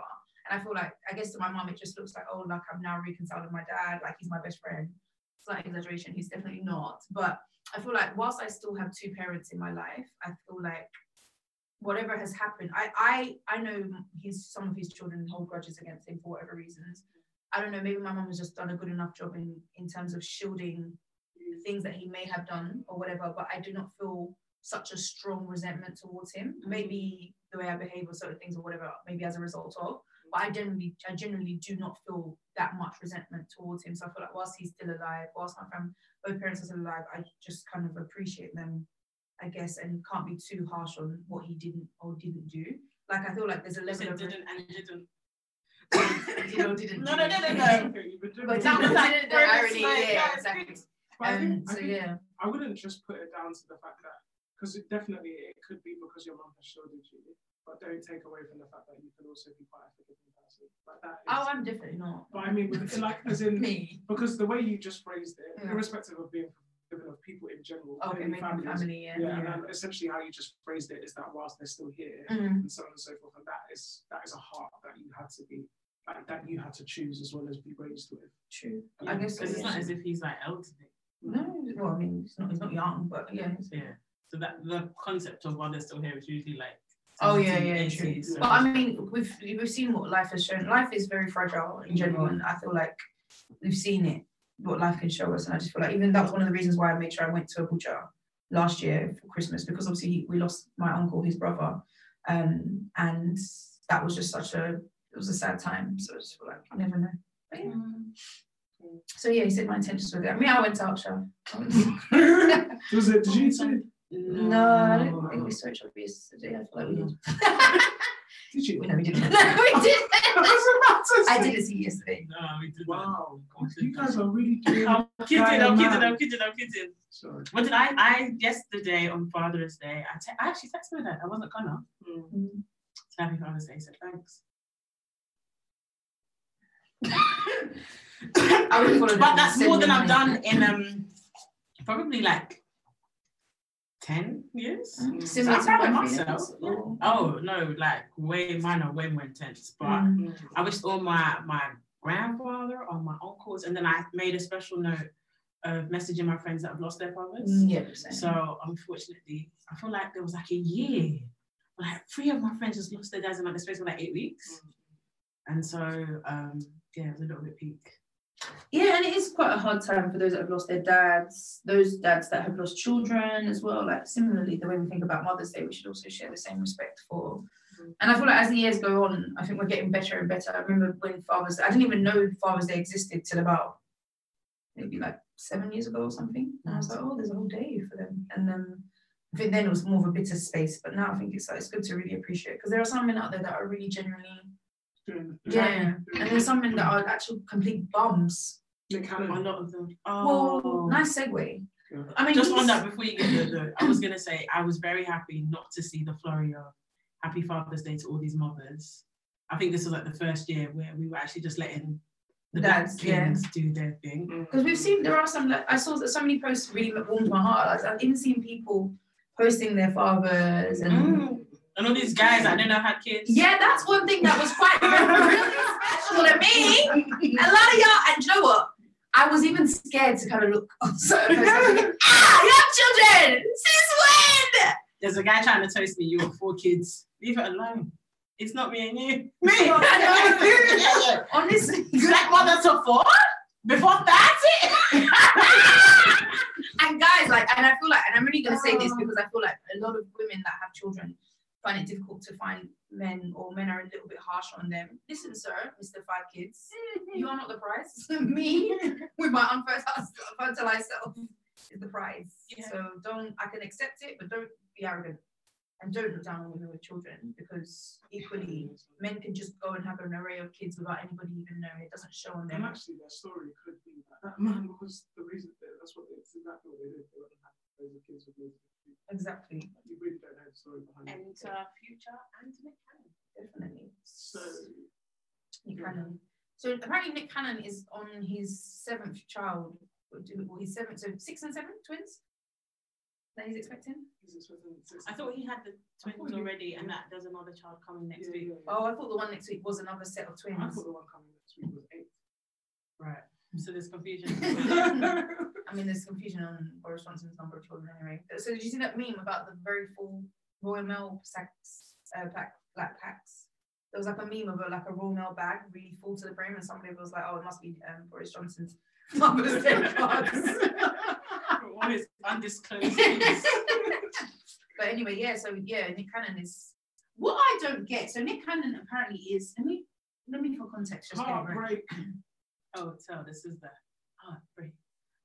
S1: And I feel like I guess to my mom it just looks like oh like i am now reconciled with my dad, like he's my best friend. Slight exaggeration, he's definitely not. But I feel like whilst I still have two parents in my life, I feel like whatever has happened, I I I know his some of his children hold grudges against him for whatever reasons. I don't know, maybe my mom has just done a good enough job in in terms of shielding the things that he may have done or whatever, but I do not feel such a strong resentment towards him.
S2: Mm.
S1: Maybe the way I behave or certain things or whatever, maybe as a result of. But I generally, I generally do not feel that much resentment towards him. So I feel like whilst he's still alive, whilst my fam, both parents are still alive, I just kind of appreciate them, I guess, and can't be too harsh on what he didn't or didn't do. Like I feel like there's a
S2: You
S1: level
S2: said
S1: of
S2: didn't and didn't.
S1: did or [LAUGHS] didn't.
S2: [LAUGHS]
S1: do.
S2: No, no, no, no, no.
S1: But
S2: That was
S1: didn't-
S2: like
S1: didn't do
S2: very
S1: irony,
S2: slight,
S1: yeah,
S2: yeah,
S1: exactly.
S3: But I
S1: Um,
S3: think- I
S1: so
S3: think
S1: yeah,
S3: I wouldn't just put it down to the fact that, because it definitely it could be because your mum has shielded you, but don't take away from the fact that you can also be quite a forgiving person. Like that is,
S1: oh, I'm definitely not.
S3: but I
S1: [LAUGHS]
S3: mean, with, like as in
S1: Me.
S3: because the way you just phrased it,
S1: Yeah.
S3: irrespective of being forgiving of people in general,
S1: Oh, okay,
S3: within
S1: maybe family,
S3: families,
S1: yeah.
S3: yeah, and then essentially how you just phrased it is that whilst they're still here
S1: Mhm.
S3: and so on and so forth, and that is that is a heart that you had to be. Like, that you had to choose as well as be raised with.
S1: True.
S2: Yeah,
S1: I guess so,
S2: because it's
S1: yeah.
S2: not as if he's like elderly.
S1: No, well, I mean, it's not, it's not young, but yeah. it's-
S2: Yeah. So that the concept of while they're still here is usually like.
S1: Oh, yeah,
S2: 70,
S1: yeah,
S2: 80,
S3: true.
S2: so-
S1: But I mean, we've we've seen what life has shown. Life is very fragile in general, and I feel like we've seen it what life can show us. And I just feel like even that was one of the reasons why I made sure I went to Abuja last year for Christmas because obviously he, we lost my uncle, his brother, um, and that was just such a it was a sad time. So I just feel like I never know. But yeah. So yeah, he said my intentions were there. I mean, I went to Abuja.
S3: was it?
S1: Oh,
S3: Did you too?
S1: no, I don't think we
S2: Mm.
S1: saw each other yesterday. I feel like we did.
S3: Did
S1: [LAUGHS]
S3: you?
S1: We- no, we didn't. [LAUGHS]
S3: [LAUGHS]
S1: No, we didn't. I
S3: I
S1: didn't see you yesterday.
S2: No, we didn't.
S3: Wow, you guys are really good.
S2: I'm kidding, I'm
S3: Right,
S2: kidding,
S3: man.
S2: I'm kidding, I'm kidding.
S3: Sorry.
S2: What did I, I yesterday on Father's Day, I, te- I actually texted her that I wasn't gonna. So happy Father's Day, so thanks.
S1: I would follow
S2: but
S1: them,
S2: that's
S1: send
S2: more than
S1: them
S2: I've done in um probably like 10 years.
S1: Mm.
S2: So
S1: Similar
S2: I'm
S1: to
S2: proud of
S1: my
S2: myself.
S1: feelings.
S2: Yeah. Oh no, like way mine are way more intense. But
S1: Mm.
S2: I wished all my my grandfather or my uncles, and then I made a special note of messaging my friends that have lost their fathers.
S1: Mm, Yeah. percent.
S2: So unfortunately, I feel like there was like a year, like three of my friends just lost their dads in like the space of like eight weeks. And so um yeah, it was a little bit peak.
S1: yeah, and it is quite a hard time for those that have lost their dads, those dads that have lost children as well. Like similarly, the way we think about Mother's Day, we should also share the same respect for. And I feel like as the years go on, I think we're getting better and better. I remember when Father's I didn't even know Father's Day existed till about maybe like seven years ago or something. And I was like, oh, there's a whole day for them. And then I think then it was more of a bitter space, but now I think it's like it's good to really appreciate because there are some men out there that are really genuinely Yeah. And there's some men that are actual complete bums.
S3: The
S2: A
S3: canon.
S2: lot of them.
S1: Well,
S2: Oh,
S1: nice segue.
S3: Yeah.
S1: I mean,
S2: just on
S1: he's-
S2: that before you get there, though, I was gonna say I was very happy not to see the flurry of Happy Father's Day to all these mothers. I think this was like the first year where we were actually just letting the
S1: That's-
S2: black kids do their thing.
S1: Because
S3: [LAUGHS]
S1: we've seen there are some. Like, I saw that so many posts really warmed my heart. Like, I've even seen people posting their fathers and.
S2: Mm. And all these guys that I don't know had kids.
S1: Yeah, that's one thing that was quite [LAUGHS] really special to me. A lot of y'all, and you know what? I was even scared to kind of look on certain posts. I was thinking, ah, you have children! Since
S2: [LAUGHS]
S1: when?
S2: There's a guy trying to toast me, you got four kids. Leave it alone. It's not me and you.
S1: Me?
S2: [LAUGHS] yeah, yeah.
S1: Honestly,
S2: Black mother to four? Before 30?
S1: and guys, like, and I feel like, and I'm really gonna say this because I feel like a lot of women that have children find it difficult to find men, or men are a little bit harsh on them. Listen, sir, Mister Five Kids, you are not the prize. [LAUGHS] Me, with my unfertilized fertilized self, is the prize.
S2: Yeah.
S1: So don't. I can accept it, but don't be arrogant, and don't look down on women with children because equally. Men can just go and have an array of kids without anybody even knowing. It doesn't show on them.
S3: And actually, their story could be that that man was the reason. That, that's what it's exactly what they did. They went and had those kids with those people.
S1: Exactly.
S3: You really don't know the story behind it.
S2: future and McCann.
S1: Definitely.
S3: So
S1: Nick Cannon. So apparently Nick Cannon is on his seventh child, or do- or his seventh, so six and seven twins that he's expecting.
S3: is this within six?
S2: I thought he had the
S3: I thought
S2: twins
S3: you-
S2: already and that there's another child coming next
S3: Yeah,
S2: week.
S3: yeah, yeah.
S1: Oh, I thought the one next week was another set of
S3: I
S1: twins.
S3: thought the one coming next week was
S1: [LAUGHS]
S3: eight.
S2: Right. So there's confusion. [LAUGHS]
S1: [LAUGHS] I mean, there's confusion on Boris Johnson's number of children anyway. So did you see that meme about the very full Royal Mail sacks, uh, pack, black packs? There was like a meme of a, like a Royal Mail bag really full to the brim, and somebody was like, "Oh, it must be um, Boris Johnson's [LAUGHS] mother's
S3: [LAUGHS]
S1: dead cards."
S2: All his undisclosed things.
S1: But anyway, yeah, so yeah, Nick Cannon is what I don't get. So Nick Cannon apparently is let me let me for context just get it right.
S3: Heartbreak.
S2: Oh, tell this is the oh, break.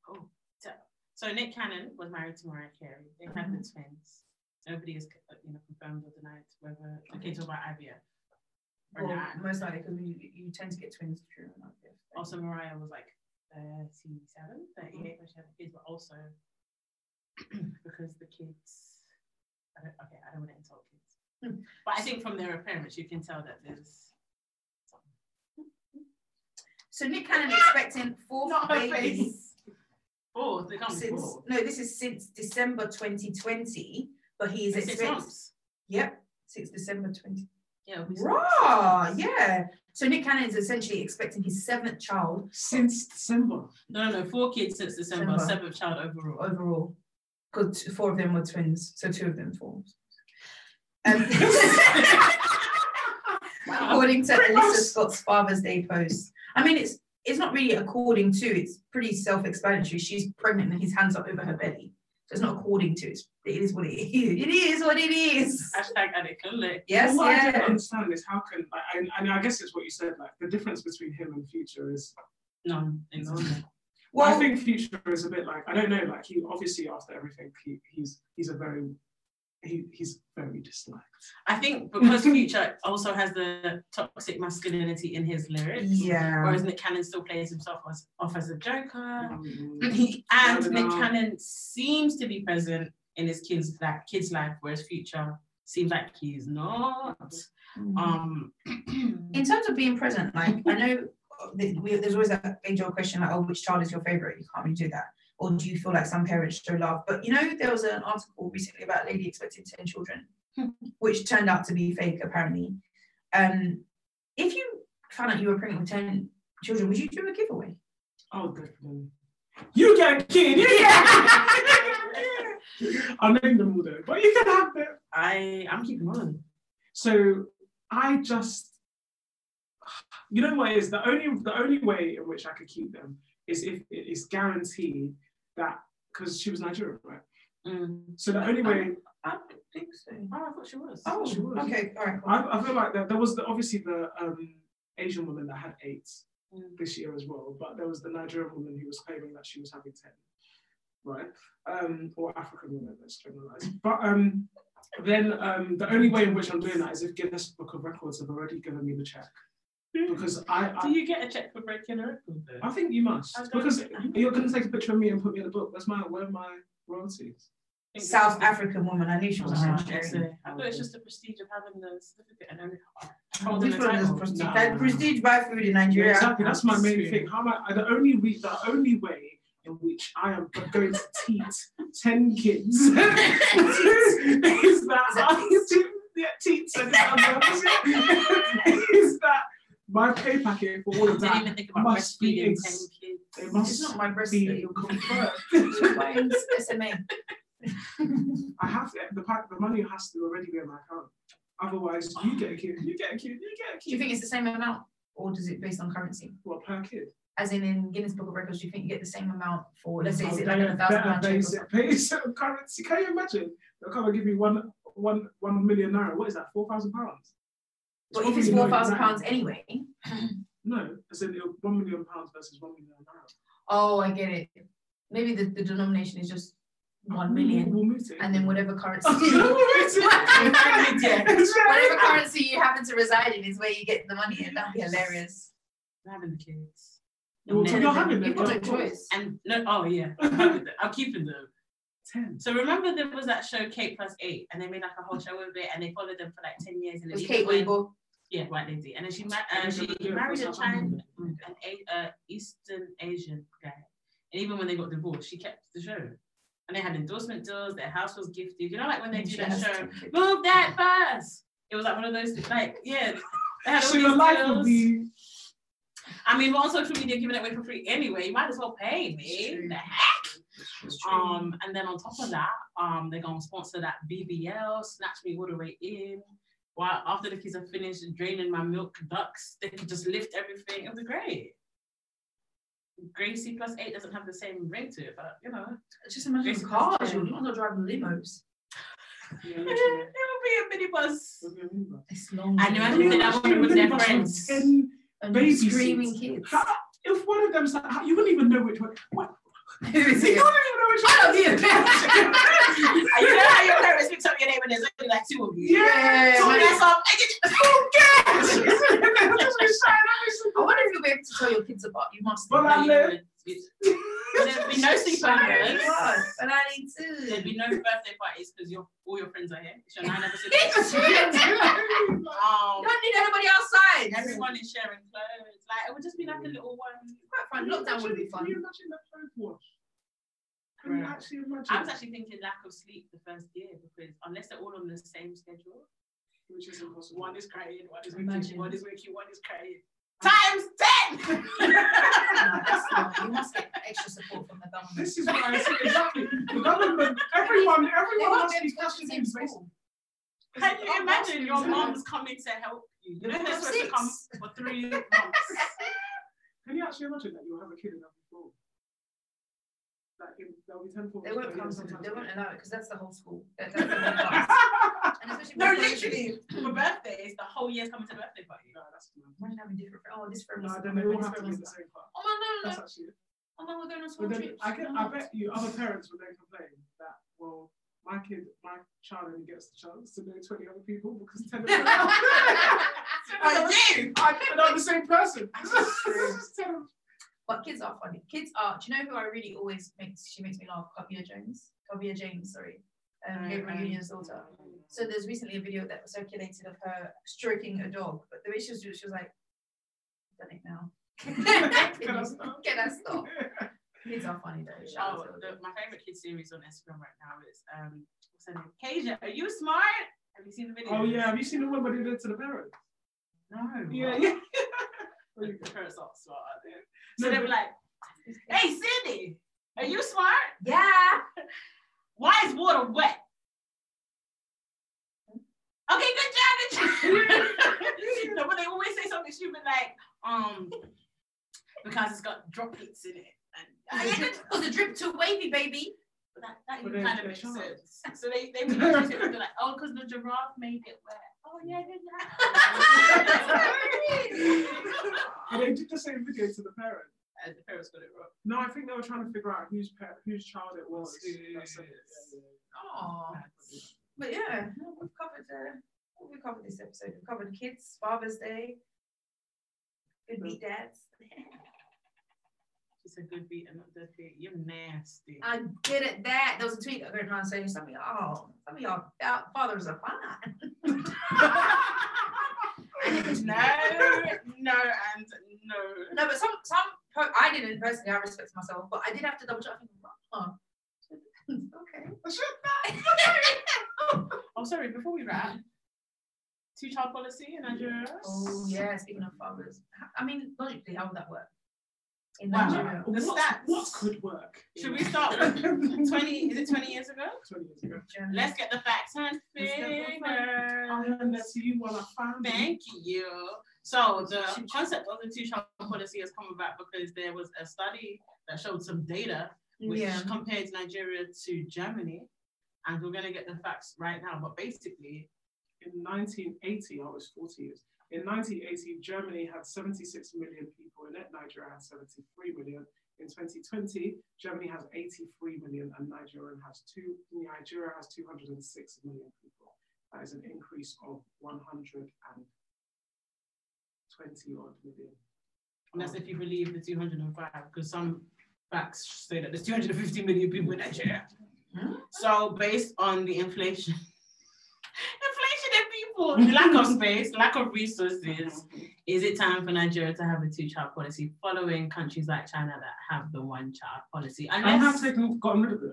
S2: Oh, tell. So Nick Cannon was married to Mariah Carey. They had the
S1: Mm-hmm.
S2: twins. Nobody has uh, you know confirmed or denied whether okay to about IVF or
S1: Well,
S2: not.
S1: most likely because you, you tend to get twins true or not. yeah.
S2: Also, Mariah was like 37, 38 when she had the kids, but also [CLEARS THROAT] because the kids. I don't, okay, I don't want to insult kids,
S1: Hmm.
S2: but I think from their appearance you can tell that there's.
S1: So Nick Cannon expecting fourth baby
S2: Four, they come
S1: since
S2: four.
S1: no, this is since December 2020, but he's
S2: It's six
S1: expecting
S2: months.
S1: yep, since December 20.
S2: Yeah, we
S1: Raw, yeah. So Nick Cannon is essentially expecting his seventh child
S3: Since December.
S2: No, no, no. Four kids since December,
S1: December.
S2: seventh child overall.
S1: overall. Because four of them were twins, so two of them four.
S3: [LAUGHS]
S1: Um, according to Alyssa Scott's Father's Day post. I mean, it's it's not really according to. It's pretty self-explanatory. She's pregnant and his hands are over her belly. So it's not according to. It's, it is what it is. [LAUGHS] It is what it is.
S2: Hashtag Adekunle.
S1: Yes,
S3: what I don't
S1: yeah.
S3: understand is how can like, and, and I guess it's what you said like the difference between him and Future is
S2: No,
S1: [LAUGHS]
S2: it's not.
S1: Well,
S3: I think Future is a bit like I don't know like he obviously after everything he, he's he's a very he, he's very disliked.
S2: I think because Future also has the toxic masculinity in his lyrics,
S1: yeah.
S2: whereas Nick Cannon still plays himself as, off as a
S1: Uh,
S2: joker.
S3: Um,
S2: [LAUGHS] and
S3: Yeah,
S2: Nick
S3: no.
S2: Cannon seems to be present in his kids' that kids' life, whereas Future seems like he's not.
S1: Hmm.
S2: Um, [CLEARS THROAT]
S1: in terms of being present, like I know th- we, there's always that age old question like, oh, which child is your favorite? You can't really do that. Or do you feel like some parents show love? But you know, there was an article recently about a lady expecting 10 [LAUGHS] children, which turned out to be fake, apparently. Um, if you found out you were pregnant with 10 children, would you do a [LAUGHS] giveaway?
S3: oh definitely. You get
S1: [LAUGHS]
S3: a kid. You get [LAUGHS] I'm naming them all though, but you can have them.
S2: I I'm keeping on.
S3: So I just, you know what it is the only the only way in which I could keep them is if it is guaranteed that because she was Nigerian, right?
S2: Mm.
S3: So the only way
S1: I don't think so.
S2: Oh, I thought she was.
S3: Oh, she was.
S1: okay. All right.
S3: I, I feel like that there was the, obviously the um, Asian woman that had eight
S2: Mm.
S3: this year as well, but there was the Nigerian woman who was claiming that she was having ten, right? Um, or African woman, let's generalize. But um, then um, the only way in which I'm doing that is if Guinness Book of Records have already given me the check because I, I
S2: Do you get a check for breaking a record? though?
S3: I think you must
S2: I don't-
S3: because you're going to take a picture of me and put me in the book. That's my where are my royalties.
S2: think it's
S1: South
S2: just-
S1: African woman. I knew she was
S2: Ah,
S1: South
S2: I see.
S1: African.
S2: I thought it's just the prestige of having the certificate and then
S1: Oh,
S2: holding
S1: this
S2: the
S1: one is
S2: title.
S1: prestige.
S3: Nah.
S1: Like, prestige buy food in Nigeria.
S3: exactly. That's my main
S2: True.
S3: thing. How am I? The only re- the only way in which I am going to teach ten kids [LAUGHS] is that I yeah, teach and the other- is that my pay packet for all of
S2: didn't
S3: that.
S2: even think about
S3: must be
S2: breastfeeding ten
S3: ex-
S2: kids.
S3: It
S1: It's
S3: must
S1: not my breast.
S3: be
S1: [LAUGHS]
S3: confirmed.
S1: Mine's SMA.
S3: I have to, the pa- the money has to already be in my account. Otherwise, you get a kid, you get a kid, you get a
S1: Do you
S3: kid.
S1: think it's the same amount, or does it based on currency?
S3: Well, per kid.
S1: As in, in Guinness Book of Records, do you think you get the same amount for, let's say, is
S3: Oh,
S1: it like a
S3: better-
S1: thousand
S3: better
S1: pound check? or
S3: base- base of currency. Can you imagine? They'll come and give you one, one, one million naira. What is that? Four thousand pounds.
S1: But if it's
S3: probably
S1: four thousand
S3: not
S1: pounds anyway,
S3: No, I said it- one million pounds versus one million naira.
S1: oh, I get it. Maybe the, the denomination is just one
S3: We'll-
S1: million,
S3: We'll move to
S1: and then whatever [LAUGHS] currency,
S3: [LAUGHS] We'll
S1: whatever
S3: move to it. Exactly.
S1: currency you happen to reside in is where you get the money, and that'd be hilarious.
S2: I'm having the kids.
S3: Well,
S2: And
S3: you're
S2: then-
S3: having them.
S1: You've got no
S3: yeah, of course.
S1: choice.
S2: And no, oh
S3: [LAUGHS]
S2: yeah, I'm having them. I'm keeping them.
S3: Ten.
S2: So remember there was that show Kate Plus Eight, and they made like a whole show with it, and they followed them for like ten years, and
S1: It
S2: then
S1: was
S2: even
S1: Kate
S2: when-
S1: Weeble.
S2: Yeah, white lady, and then she ma-
S3: I
S2: uh,
S3: think
S2: she
S3: they were
S2: married a
S3: doing
S2: Chinese,
S3: something.
S2: an a- uh, Eastern Asian guy, and even when they got divorced, she kept the show, and they had endorsement deals. Their house was gifted. You know, like when they do
S1: She
S2: that
S1: has
S2: show,
S1: two kids.
S2: move that bus. It was like one of those like yeah. They had all
S3: So the
S2: these
S3: life
S2: deals.
S3: will be.
S2: I mean, we're on social media giving it away for free anyway. You might as well pay
S1: It's
S2: me.
S1: true.
S2: The heck?
S3: [LAUGHS]
S2: Um, and then on top of that, um, they're gonna sponsor that BBL, snatch me all the way in. While after the kids are finished draining my milk ducts, they could just lift everything. It was great. Gracie plus eight doesn't have the same ring to it, but you know,
S1: Just imagine
S2: It's
S1: the cars.
S2: crazy.
S1: You're not driving limos.
S2: it
S3: Yeah, literally.
S2: would be a minibus.
S3: It'll be a minibus.
S1: It's long.
S2: And imagine if that woman was their friends.
S3: Ten
S1: and
S3: baby
S1: screaming kids.
S3: How, if one of them's like, how- you wouldn't even know which one. What?
S1: Who is
S3: You
S1: [LAUGHS] it?
S3: don't even know which one.
S1: I don't
S2: And you know how your parents mix up your name and there's only like two of you.
S3: Yeah.
S1: Yeah,
S2: So
S1: man.
S2: that's all-
S1: I wonder if you'll be able to tell your kids about you must.
S3: Well, I-
S1: Well,
S3: live-
S2: There'd be no
S1: I
S2: sleepovers.
S1: but I need
S2: There'd
S1: to.
S2: be no birthday parties because your all your friends are here. It's your nine
S1: It's
S2: episodes.
S1: true.
S2: um,
S1: You don't need anybody outside.
S2: everyone is sharing clothes. Like it would just be like a little one.
S1: Quite fun. Lockdown would be fun.
S3: Can you imagine that phone wash? Can you
S2: Right.
S3: actually imagine?
S2: I was actually thinking lack of sleep the first year because unless they're all on the same schedule,
S3: Which is impossible.
S2: one is crying, one is
S1: Imagine.
S2: waking, one is waking, one is crying. Times ten.
S1: No, that's not- You must get extra support from the government.
S3: This is what I said exactly. The government, everyone, everyone
S1: Everyone
S3: wants to
S1: goes to
S3: be
S1: the
S3: questioning
S1: same
S3: based
S1: school.
S2: Can you imagine your
S3: Exactly.
S2: mom's coming to help you? You know they're supposed to come
S1: Six.
S2: for three months.
S3: Can you actually imagine that you'll have a kid in that before? Like, in, there'll be 10
S1: They won't come.
S3: sometimes.
S1: They won't allow it because that's the whole school. That- That's the whole class. And especially
S2: No,
S1: with-
S2: literally, for birthdays, the whole year's coming to the birthday party.
S3: No, that's mad.
S1: Imagine having different. Oh, this room.
S3: No,
S1: is-
S3: then they all
S1: this
S3: have to
S1: room
S3: be
S1: is-
S3: in the same class.
S1: Oh no, no,
S3: That's
S1: no.
S3: actually it.
S1: Oh no, we're going on
S3: But
S1: school
S3: then
S1: trips.
S3: I, get,
S1: Oh,
S3: I
S1: no.
S3: bet you other parents would then complain that, well, my kid, my child only gets the chance to know 20 other people because 10 of them
S2: [LAUGHS] Oh,
S3: I
S2: you!
S3: and I'm the same
S2: [LAUGHS]
S3: person. [LAUGHS]
S1: But kids are funny. Kids are. Do you know who I really always makes? She makes me laugh. Kavia Jones. Kavia James. Sorry. Um, Gabriel Union's daughter. So there's recently a video that was circulated of her stroking a dog, but the way she was doing, it, she was like, "Done it now." [LAUGHS]
S3: Can I stop?
S1: Can I stop? Kids are funny though. Shout
S2: Oh,
S1: out to
S2: the,
S1: them.
S2: my favorite kid series on Instagram right now is um, what's her name? Kasia, are you smart? Have you seen the video?
S3: oh, yeah. Have you seen the one where they did to the parents?
S2: No.
S3: [LAUGHS] Yeah, yeah.
S2: The parents aren't smart, are they? So they were like, "Hey, Cindy, are you smart?
S1: Yeah.
S2: Why is water wet?" Okay, good [LAUGHS] job. Good job. no, but they always say something stupid like, um, because it's got droplets in it. And,
S1: Was the drip, was the drip too wavy, baby?
S2: But that, that
S3: But
S2: even
S3: they-
S2: kind of
S3: they
S2: makes
S3: can't.
S2: sense. [LAUGHS] So they they would use it and be like, oh, because the giraffe made it wet. Oh yeah, [LAUGHS] yeah, yeah.
S3: and [LAUGHS] they did the same video to the parents.
S2: and the parents got it wrong.
S3: No, I think they were trying to figure out whose pet, whose child it was.
S2: Whose.
S3: That's it.
S1: Oh. But yeah, no, we've covered uh, what we've covered this episode. We've covered kids, Father's Day, good meat dads.
S2: It's a good beat and a good beat. You're nasty.
S1: I did it that. There was a tweet that going around saying some of y'all, some of y'all fa- fathers are fine. And it was
S2: no, no, and no.
S1: No, but some some po- I didn't personally. I respect myself, but I did have to double check. I think, huh. okay. [LAUGHS]
S2: Oh, sorry. Before we wrap, two-child policy in Nigeria.
S1: Oh yeah. Speaking of fathers, I mean logically, how would that work in
S2: Wow.
S1: Nigeria?
S2: The stats.
S3: What, what could work?
S2: Should we [LAUGHS]
S3: [LAUGHS]
S2: start with twenty? Is it twenty years ago?
S3: 20 years ago.
S2: Let's get the facts and
S3: Let's get the
S2: figures.
S3: I learned that you want a family.
S2: Thank you. So the concept of the two-child policy has come about because there was a study that showed some data which
S1: Yeah.
S2: compared Nigeria to Germany, and we're gonna get the facts right now. But basically,
S3: In 1980, I was 40 years. In 1980, Germany had 76 million people in it. Nigeria had 73 million. In 2020, Germany has 83 million, and Nigeria has two. Nigeria has 206 million people. That is an increase of 120 odd million.
S2: and that's if you believe the two hundred and five, because some facts say that there's two hundred and fifty million people in Nigeria.
S1: Hmm?
S2: So based on the inflation. [LAUGHS] Inflation in people,
S3: [LAUGHS]
S2: the lack of space, lack of resources, Is it time for Nigeria to have a two-child policy, following countries like China that have the one-child policy?
S3: I have
S2: Unless,
S3: taken, gotten rid of it.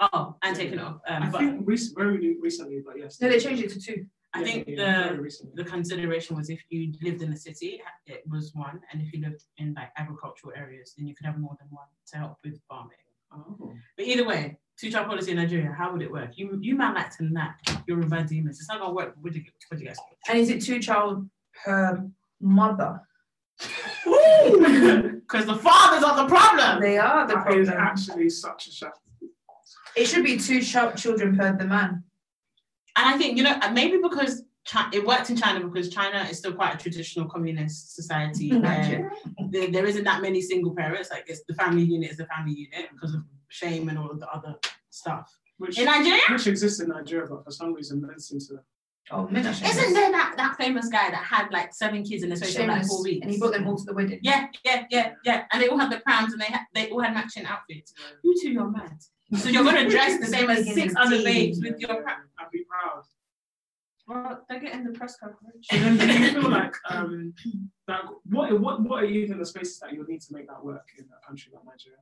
S2: oh, and taken off.
S3: I
S2: Um, but
S3: think rec- very recently, but yes.
S1: No, they changed it to two.
S2: I
S3: Yeah,
S2: think
S3: yeah,
S2: the
S3: very recently.
S2: the consideration was if you lived in the city, it was one, and if you lived in like agricultural areas, then you could have more than one to help with farming.
S3: Oh.
S2: But either way, two-child policy in Nigeria, how would it work? You you man like to nap, you're a bad demons. It's not gonna work. Would you, would you guys?
S1: And is it two child per mother?
S2: [LAUGHS] Because the fathers are the problem.
S1: They are the
S3: That is
S1: problem.
S3: actually such a shaft.
S1: It should be two child children per the man.
S2: And I think, you know, and maybe because Chi- it worked in China because China is still quite a traditional communist [LAUGHS] society where
S1: Nigeria.
S2: there, there isn't that many single parents. Like it's the family unit is the family unit because of shame and all of the other stuff.
S3: Which,
S2: In Nigeria,
S3: which exists in Nigeria, but for some reason men seem to.
S1: Oh, men are
S2: isn't
S1: shameless.
S2: there that, that famous guy that had like seven kids in the space of like
S1: Shameless.
S2: four weeks?
S1: And he brought them all to the wedding.
S2: yeah, yeah, yeah, yeah. And they all had the crowns and they had they all had matching outfits. You two are mad. So you're gonna dress the same [LAUGHS] as six other babes with your crown.
S3: I'd be proud.
S2: Well, they're getting the press coverage.
S3: And then do you feel like um, like what what what are even the spaces that you'll need to make that work in a country like Nigeria?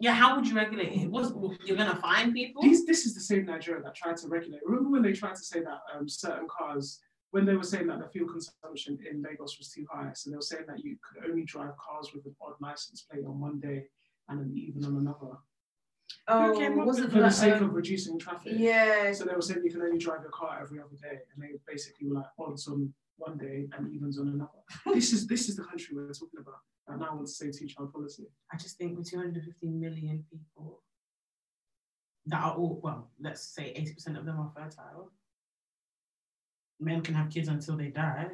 S2: Yeah, how would you regulate it? What's, you're gonna find people?
S3: These this is the same Nigeria that tried to regulate. Remember when they tried to say that um, certain cars when they were saying that the fuel consumption in Lagos was too high, so they were saying that you could only drive cars with an odd license plate on one day and an even on another
S1: Oh,
S2: Who came up
S1: wasn't
S3: for the
S1: that,
S3: sake
S1: um,
S3: of reducing traffic.
S1: Yeah,
S3: So they were saying you can only drive your car every other day, and they basically were like odds on one day and evens on another. [LAUGHS] this is this is the country we're talking about. And now I want to say two child policy.
S2: I just think with 250 million people that are all, well, let's say 80% of them are fertile, men can have kids until they die.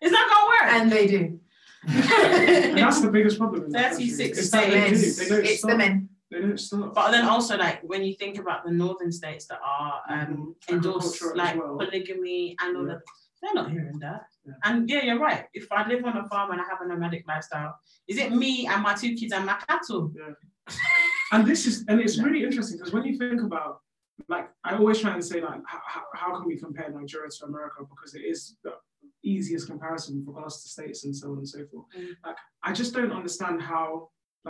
S2: It's not gonna work.
S1: and they do.
S3: [LAUGHS] And that's the biggest problem. In that country.
S2: 36
S3: It's that they do.
S2: days.
S3: They don't
S1: It's
S3: stop.
S1: the men.
S3: They don't stop.
S2: but then also, like, when you think about the northern states that are um,
S3: Mhm.
S2: endorse
S3: Agriculture as
S2: like
S3: well.
S2: polygamy and all
S3: Yeah.
S2: that, they're not hearing that.
S3: Yeah.
S2: And yeah, you're right. If I live on a farm and I have a nomadic lifestyle, is it me and my two kids and my cattle?
S3: and this is and it's really interesting because when you think about like I always try and say like how, how- how can we compare Nigeria to America because it is the easiest comparison for us to states and so on and so forth.
S2: Mm.
S3: Like I just don't understand how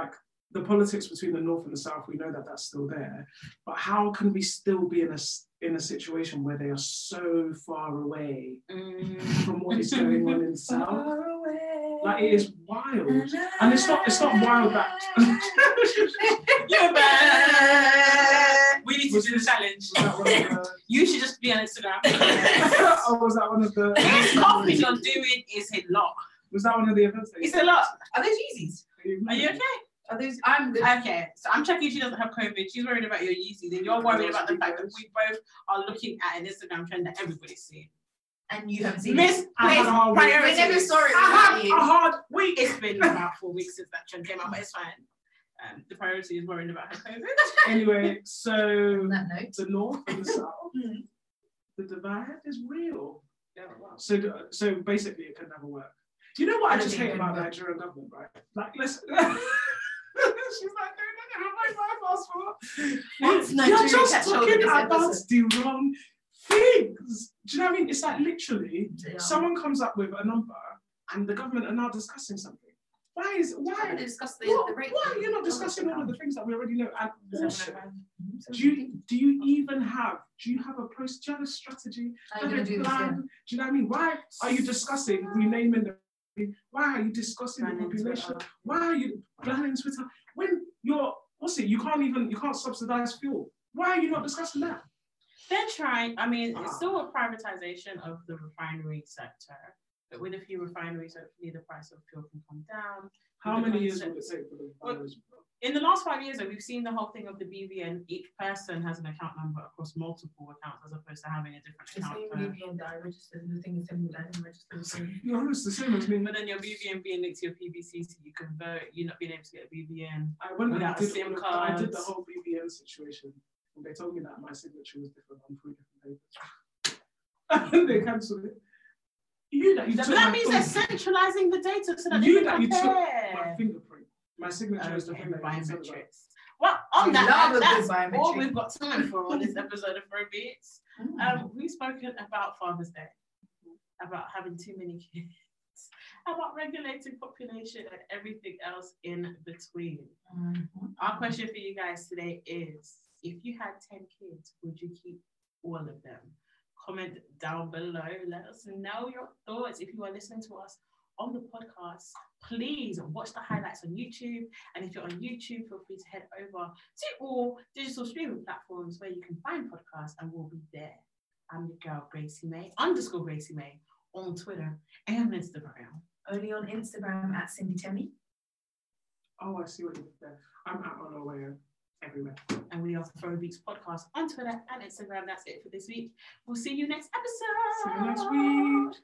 S3: like the politics between the north and the south we know that that's still there, but how can we still be in a s- in a situation where they are so far away
S2: [LAUGHS]
S3: from what is going on in the south? Like
S1: [LAUGHS]
S3: it is wild. And it's not it's not wild that
S2: You're bad. We need to
S3: Was
S2: do the challenge.
S3: was that one of the
S2: You should just be on Instagram.
S3: or was that one of the [LAUGHS]
S2: this coffee you're doing is a lot.
S3: Was that one of the events? that you-
S2: It's a lot.
S1: Are those Yeezys?
S2: Are you okay?
S1: Are those? I'm good.
S2: Okay. So I'm checking she doesn't have COVID. She's worried about your Yeezys, and you're worried about the fact that we both are looking at an Instagram trend that everybody's seeing.
S1: And you haven't seen
S2: Miss
S3: I had a hard week.
S1: We never
S2: priorities. Uh-huh.
S1: saw it.
S3: I had a hard week.
S2: It's [LAUGHS]
S3: [LAUGHS]
S2: been about four weeks since that trend came out, but it's fine. Um, the priority is worrying about her COVID.
S3: Anyway, so
S1: it. On that note,
S3: the north
S2: [LAUGHS]
S3: and the south,
S1: Mm.
S3: the divide is real.
S2: Hmm. Yeah, wow.
S3: So, the- so basically, it can never work. You know what I
S1: I don't
S3: just
S1: think
S3: hate
S1: it
S3: about
S1: can work.
S3: Nigerian government, right? Like, let's [LAUGHS] She's like, no, no, no, my my passport.
S4: Once
S3: You're
S4: Nigeria
S3: just
S4: catch hold of
S3: talking
S4: this
S3: about
S4: episode.
S3: the wrong things. Do you know what I mean? It's like literally
S4: Yeah.
S3: someone comes up with a number and the government are now discussing something. Why is
S1: Why
S3: why?
S1: don't they discuss the,
S3: Why,
S1: the rate?
S3: why are you not discussing all of the things that we already know? And also, do you, do you even have, do you have a post, do you have a strategy?
S1: How
S3: Do
S1: you gonna
S3: you have a
S1: do this? Yeah.
S3: plan? Do you know what I mean? Why are you discussing renaming the, why are you discussing the
S2: Planning to,
S3: population?
S2: uh,
S3: Why are you planning Twitter when you're what's it? You can't even you can't subsidize fuel. Why are you not discussing that?
S2: They're trying, I mean,
S3: Ah.
S2: it's still a privatization of the refinery sector, but with a few refineries, hopefully the price of fuel can come down.
S3: How
S2: With the
S3: many years
S2: concept-
S3: would it take for the
S2: Well,
S3: farmers?
S2: In the last five years, though, we've seen the whole thing of the BVN, each person has an account number across multiple accounts as opposed to having a different
S4: The same
S2: account. for-
S4: BBN that I registered, the thing is telling me that I didn't register the same.
S3: You're honest, the same as me.
S2: But then your BVN being linked to your PVC, so you convert, you not being able to get a BVN.
S3: I went and I
S2: Without a
S3: did,
S2: SIM
S3: all of- I did
S2: card.
S3: the whole BBM situation, and they told me that my signature was different on three different papers. [LAUGHS] they cancelled it. You that you
S2: But
S3: took
S2: that
S3: my
S2: means they're
S3: thumb-
S2: centralizing the data so that
S3: You
S2: they
S3: that
S2: can
S3: you took my
S2: compare.
S3: fingerprint. My signature is
S1: Oh,
S3: the
S2: Okay,
S3: thing that you said about.
S2: biometrics. Well, on
S1: We
S2: that,
S1: love a
S2: that's
S1: good biometric.
S2: all we've got time for on this episode of Pro Beats.
S1: Mm-hmm.
S2: Um, we've spoken about Father's Day, about having too many kids, [LAUGHS] about regulating population and everything else in between.
S1: Um,
S2: Our question for you guys today is if you had 10 kids, would you keep all of them? Comment down below. Let us know your thoughts. If you are listening to us on the podcast, please watch the highlights on YouTube. And if you're on YouTube, feel free to head over to all digital streaming platforms where you can find podcasts and we'll be there. I'm your girl, Gracie May, underscore Gracie May on Twitter and Instagram.
S1: Only on Instagram at Cindy Temmie.
S3: Oh, I see what you did there. I'm out on our way everywhere.
S2: And we are Throw Beats Podcast on Twitter and Instagram. That's it for this week. We'll see you next episode.
S3: See you next week.